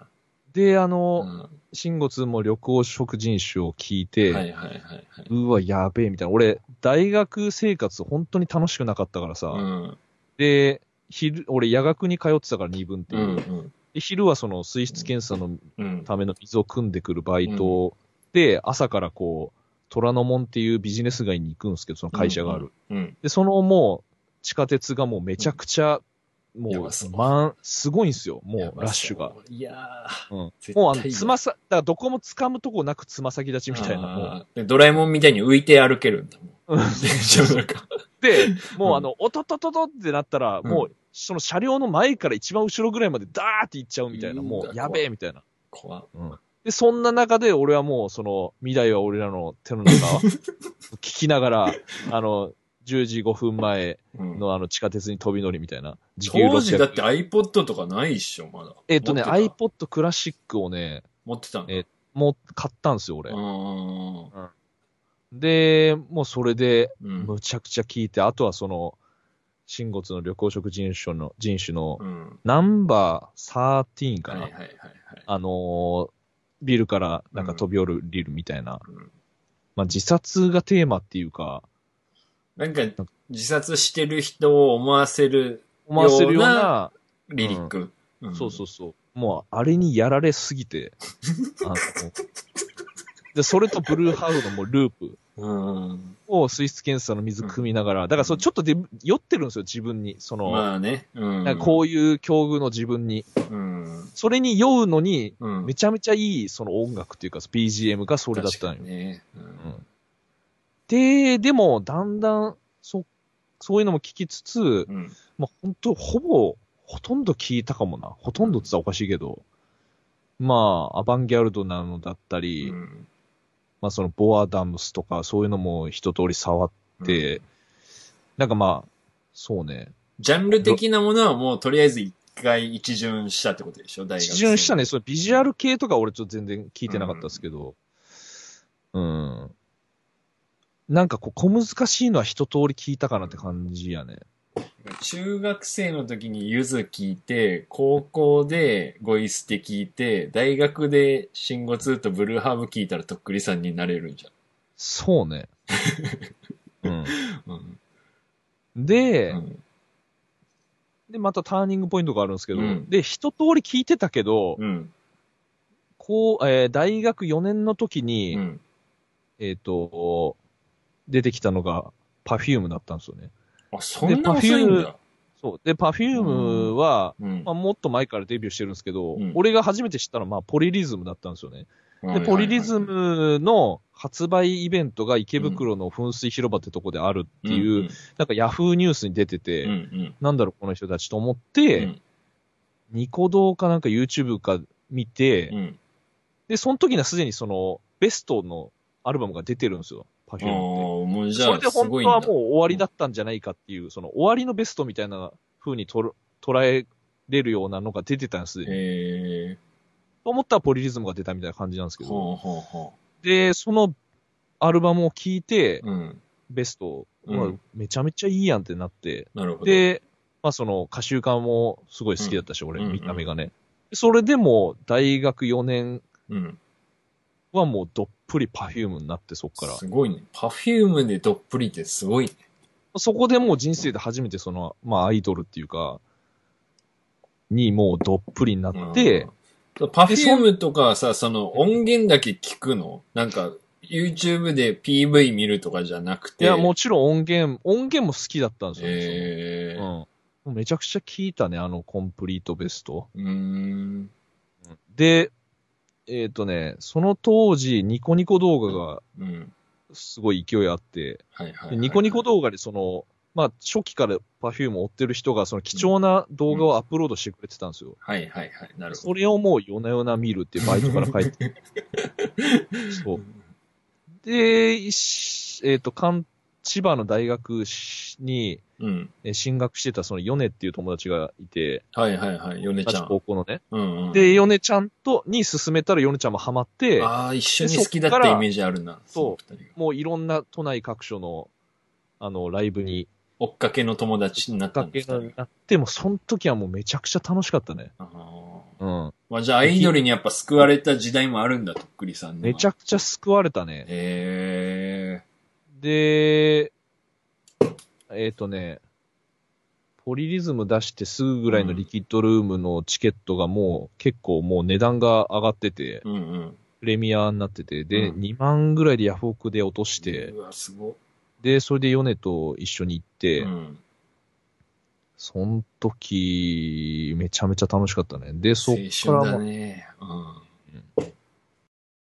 Speaker 2: で、あ
Speaker 3: う
Speaker 2: の、
Speaker 3: ん、は
Speaker 2: 慎吾通も緑黄色人種を聞いて、
Speaker 3: いはいはいはい。
Speaker 2: うわ、やべえ、みたいな。俺、大学生活本当に楽しくなかったからさ。
Speaker 3: うん。
Speaker 2: で、昼、俺、夜学に通ってたから二分って
Speaker 3: う
Speaker 2: いう。
Speaker 3: ん。うん
Speaker 2: で、昼はその水質検査の
Speaker 3: うん。
Speaker 2: ための水を汲んでくるバイトで、朝からこう、虎ノ門っていうビジネス街に行くんですけど、その会社がある。
Speaker 3: うん。
Speaker 2: で、そのもう、地下鉄がもうめちゃくちゃ、
Speaker 3: や
Speaker 2: も
Speaker 3: ばそう
Speaker 2: う、まん、すごいんですよ、
Speaker 3: や
Speaker 2: もう、
Speaker 3: ばそう
Speaker 2: ラッシュが。。
Speaker 3: いや
Speaker 2: うん。も
Speaker 3: ー
Speaker 2: う、あの、つま、さ、だからどこも掴むとこなくつま先立ちみたいな、もう。
Speaker 3: あーでドラえもんみたいに浮いて歩ける
Speaker 2: [laughs]
Speaker 3: んだもん。電車の中。
Speaker 2: で、もう
Speaker 3: うん
Speaker 2: あの、おととととってなったら、
Speaker 3: うん
Speaker 2: もう、その車両の前から一番後ろぐらいまでダーって行っちゃうみたいな、
Speaker 3: うん
Speaker 2: もう、やべえみたいな。
Speaker 3: 怖っ
Speaker 2: で、そんな中で俺はもう、その、未来は俺らの手の
Speaker 3: [laughs]
Speaker 2: 中、聞きながら、あの、10時5分前
Speaker 3: うん
Speaker 2: のあの、地下鉄に飛び乗りみたいな。時
Speaker 3: 当時
Speaker 2: 600
Speaker 3: だって iPod とかないっしょ、まだ。
Speaker 2: えっとね、
Speaker 3: 持ってた
Speaker 2: iPod クラシックをね、
Speaker 3: 持ってたんだ。
Speaker 2: えもう買ったんですよ、俺。
Speaker 3: うん
Speaker 2: で、もうそれで、
Speaker 3: うん
Speaker 2: むちゃくちゃ聞いて、あとはその、新骨の緑黄色人種の、人種の、
Speaker 3: うん。
Speaker 2: ナンバー13か
Speaker 3: はい
Speaker 2: な、
Speaker 3: はいはいはい。
Speaker 2: あのービルからなんか飛び降りるみたいな。
Speaker 3: うん
Speaker 2: まあ自殺がテーマっていうか、
Speaker 3: なんか、自殺してる人を思わせる
Speaker 2: 思わせるような、
Speaker 3: リリック。ん
Speaker 2: そうそうそう。もう、あれにやられすぎ
Speaker 3: [laughs]
Speaker 2: て、あの、で、それとブルーハウのもうループ。
Speaker 3: うん。
Speaker 2: を水質検査の水汲みながら、だからそうちょっとで酔ってるんですよ、自分に。その、
Speaker 3: まあね。うん。
Speaker 2: なんかこういう境遇の自分に。
Speaker 3: うん。
Speaker 2: それに酔うのに、
Speaker 3: うん。
Speaker 2: めちゃめちゃいいその音楽っていうか、BGM がそれだったん
Speaker 3: 確
Speaker 2: よ
Speaker 3: か。にね。う
Speaker 2: うんんで、でも、だんだん、そ、そういうのも聞きつつ、
Speaker 3: うん。
Speaker 2: まあ、本当ほぼ、ほとんど聞いたかもな。ほとんどって言ったらおかしいけど、まあ、アバンギャルドなのだったり、
Speaker 3: うん
Speaker 2: まあ、その、ボアダムスとか、そういうのも一通り触っで、なんかまあ、そうね。
Speaker 3: ジャンル的なものはもうとりあえず一回一巡したってことでしょ大学生。
Speaker 2: 基準したね、そのビジュアル系とか俺ちょっと全然聞いてなかったですけど、うん。なんかこう、小難しいのは一通り聞いたかなって感じやね。
Speaker 3: 中学生の時にゆず聞いて、高校でゴイステ聞いて、大学でシンゴツーとブルーハーブ聞いたらとっくりさんになれるんじ
Speaker 2: そう
Speaker 3: [laughs]
Speaker 2: ね。うん。
Speaker 3: ゃん。うん。
Speaker 2: で、
Speaker 3: うん
Speaker 2: で、またターニングポイントがあるんですけど、
Speaker 3: うん
Speaker 2: で、一通り聞いてたけど、
Speaker 3: うん。
Speaker 2: こう、えー大学4年の時に、
Speaker 3: うん。
Speaker 2: えっ、と、出てきたのが、パフュームだったんですよね。
Speaker 3: あ、そんな遅いんだ。
Speaker 2: そう。で、パフュームは、
Speaker 3: うん
Speaker 2: まあ、もっと前からデビューしてるんですけど、
Speaker 3: うん
Speaker 2: 俺が初めて知ったのは、まあ、ポリリズムだったんですよね。で、ポリリズ
Speaker 3: っ
Speaker 2: ムの発売イベントが池袋の噴水広場ってとこであるっていう、なんかヤフーニュースに出てて、
Speaker 3: うんうん。
Speaker 2: なんだろう、この人たちと思って、
Speaker 3: うん
Speaker 2: ニコ動かなんか YouTube か見て、
Speaker 3: うんうん。
Speaker 2: で、その時にはすでにその、ベストのアルバムが出てるんですよ、パフ
Speaker 3: あ
Speaker 2: ュ
Speaker 3: あ、
Speaker 2: ームって。
Speaker 3: もうじ
Speaker 2: そ
Speaker 3: ゃ
Speaker 2: れ
Speaker 3: あ、
Speaker 2: です本当
Speaker 3: ごいん
Speaker 2: は
Speaker 3: だ。
Speaker 2: もう終わりだったんじゃないかっていう、その終わりのベストみたいな風にとる捉えれるようなのが出てたんですでに
Speaker 3: へえ。
Speaker 2: と思ったらポリリズムが出たみたいな感じなんですけど、
Speaker 3: ほうほうほ
Speaker 2: で、そのアルバムを聴いて、
Speaker 3: う。うん。
Speaker 2: ベスト、
Speaker 3: うん
Speaker 2: まあめちゃめちゃいいやんってなって、
Speaker 3: なるほど。、
Speaker 2: で、まあその歌集感もすごい好きだったし、俺、
Speaker 3: うん
Speaker 2: 見た目がね。それでも、大学4年
Speaker 3: うん。
Speaker 2: はもうどっぷりパフュームになって、そっから。
Speaker 3: すごいね。パフュームでどっぷりってすごいね。
Speaker 2: そこでもう人生で初めてその、まあアイドルっていうか、にもうどっぷりになって、
Speaker 3: うん、パフュームとかはさ、その音源だけ聞くのなんか、YouTube で PV 見るとかじゃなくて。
Speaker 2: いや、もちろん音源、音源も好きだったんですよね。その
Speaker 3: え
Speaker 2: うん。
Speaker 3: ー、
Speaker 2: もうめちゃくちゃ聞いたね、あのコンプリートベスト。
Speaker 3: うーん。
Speaker 2: で、えっ、とね、その当時、ニコニコ動画が
Speaker 3: うん。
Speaker 2: すごい勢いあって、
Speaker 3: はいはい、は
Speaker 2: で
Speaker 3: い。
Speaker 2: ニコニコ動画でその、まあ、初期から Perfume を追ってる人が、その貴重な動画をアップロードしてくれてたんですよ。
Speaker 3: はいはいはい。なるほど。
Speaker 2: それをもう夜な夜な見るってバイトから帰って。そう。で、いしえっ、と、関千葉の大学に
Speaker 3: うん。
Speaker 2: えー進学してたそのヨネっていう友達がいて、
Speaker 3: はいはいはい。ヨネ
Speaker 2: 同
Speaker 3: ち
Speaker 2: じ
Speaker 3: ゃん。
Speaker 2: 高校のね。
Speaker 3: うんうん。
Speaker 2: で、ヨネちゃんと、に勧めたらヨネちゃんもハマって、
Speaker 3: ああ、一緒に好きだったイメージあるな。
Speaker 2: そっ
Speaker 3: う。二人が
Speaker 2: もういろんな都内各所の、あの、ライブに
Speaker 3: 追っかけの友達になった
Speaker 2: か
Speaker 3: んで
Speaker 2: け
Speaker 3: すか、
Speaker 2: になって、もうその時はもうめちゃくちゃ楽しかったね。
Speaker 3: あー
Speaker 2: うん。
Speaker 3: まあ、じゃあ、アイドルにやっぱ救われた時代もあるんだ、とっくりさんの。
Speaker 2: めちゃくちゃ救われたね。
Speaker 3: へ
Speaker 2: で、えっ、とね、ポリリズム出してすぐぐらいのリキッドルームのチケットがもう結構もう値段が上がってて
Speaker 3: え。、うんうん。
Speaker 2: プレミアになってて、で、
Speaker 3: うん
Speaker 2: 2万ぐらいでヤフオクで落として、
Speaker 3: うわ、すごっ。
Speaker 2: で、それでヨネと一緒に行って、
Speaker 3: うん。
Speaker 2: そん時、めちゃめちゃ楽しかったね。で、そっ
Speaker 3: 青
Speaker 2: から
Speaker 3: 春だ
Speaker 2: も、
Speaker 3: ね。うん。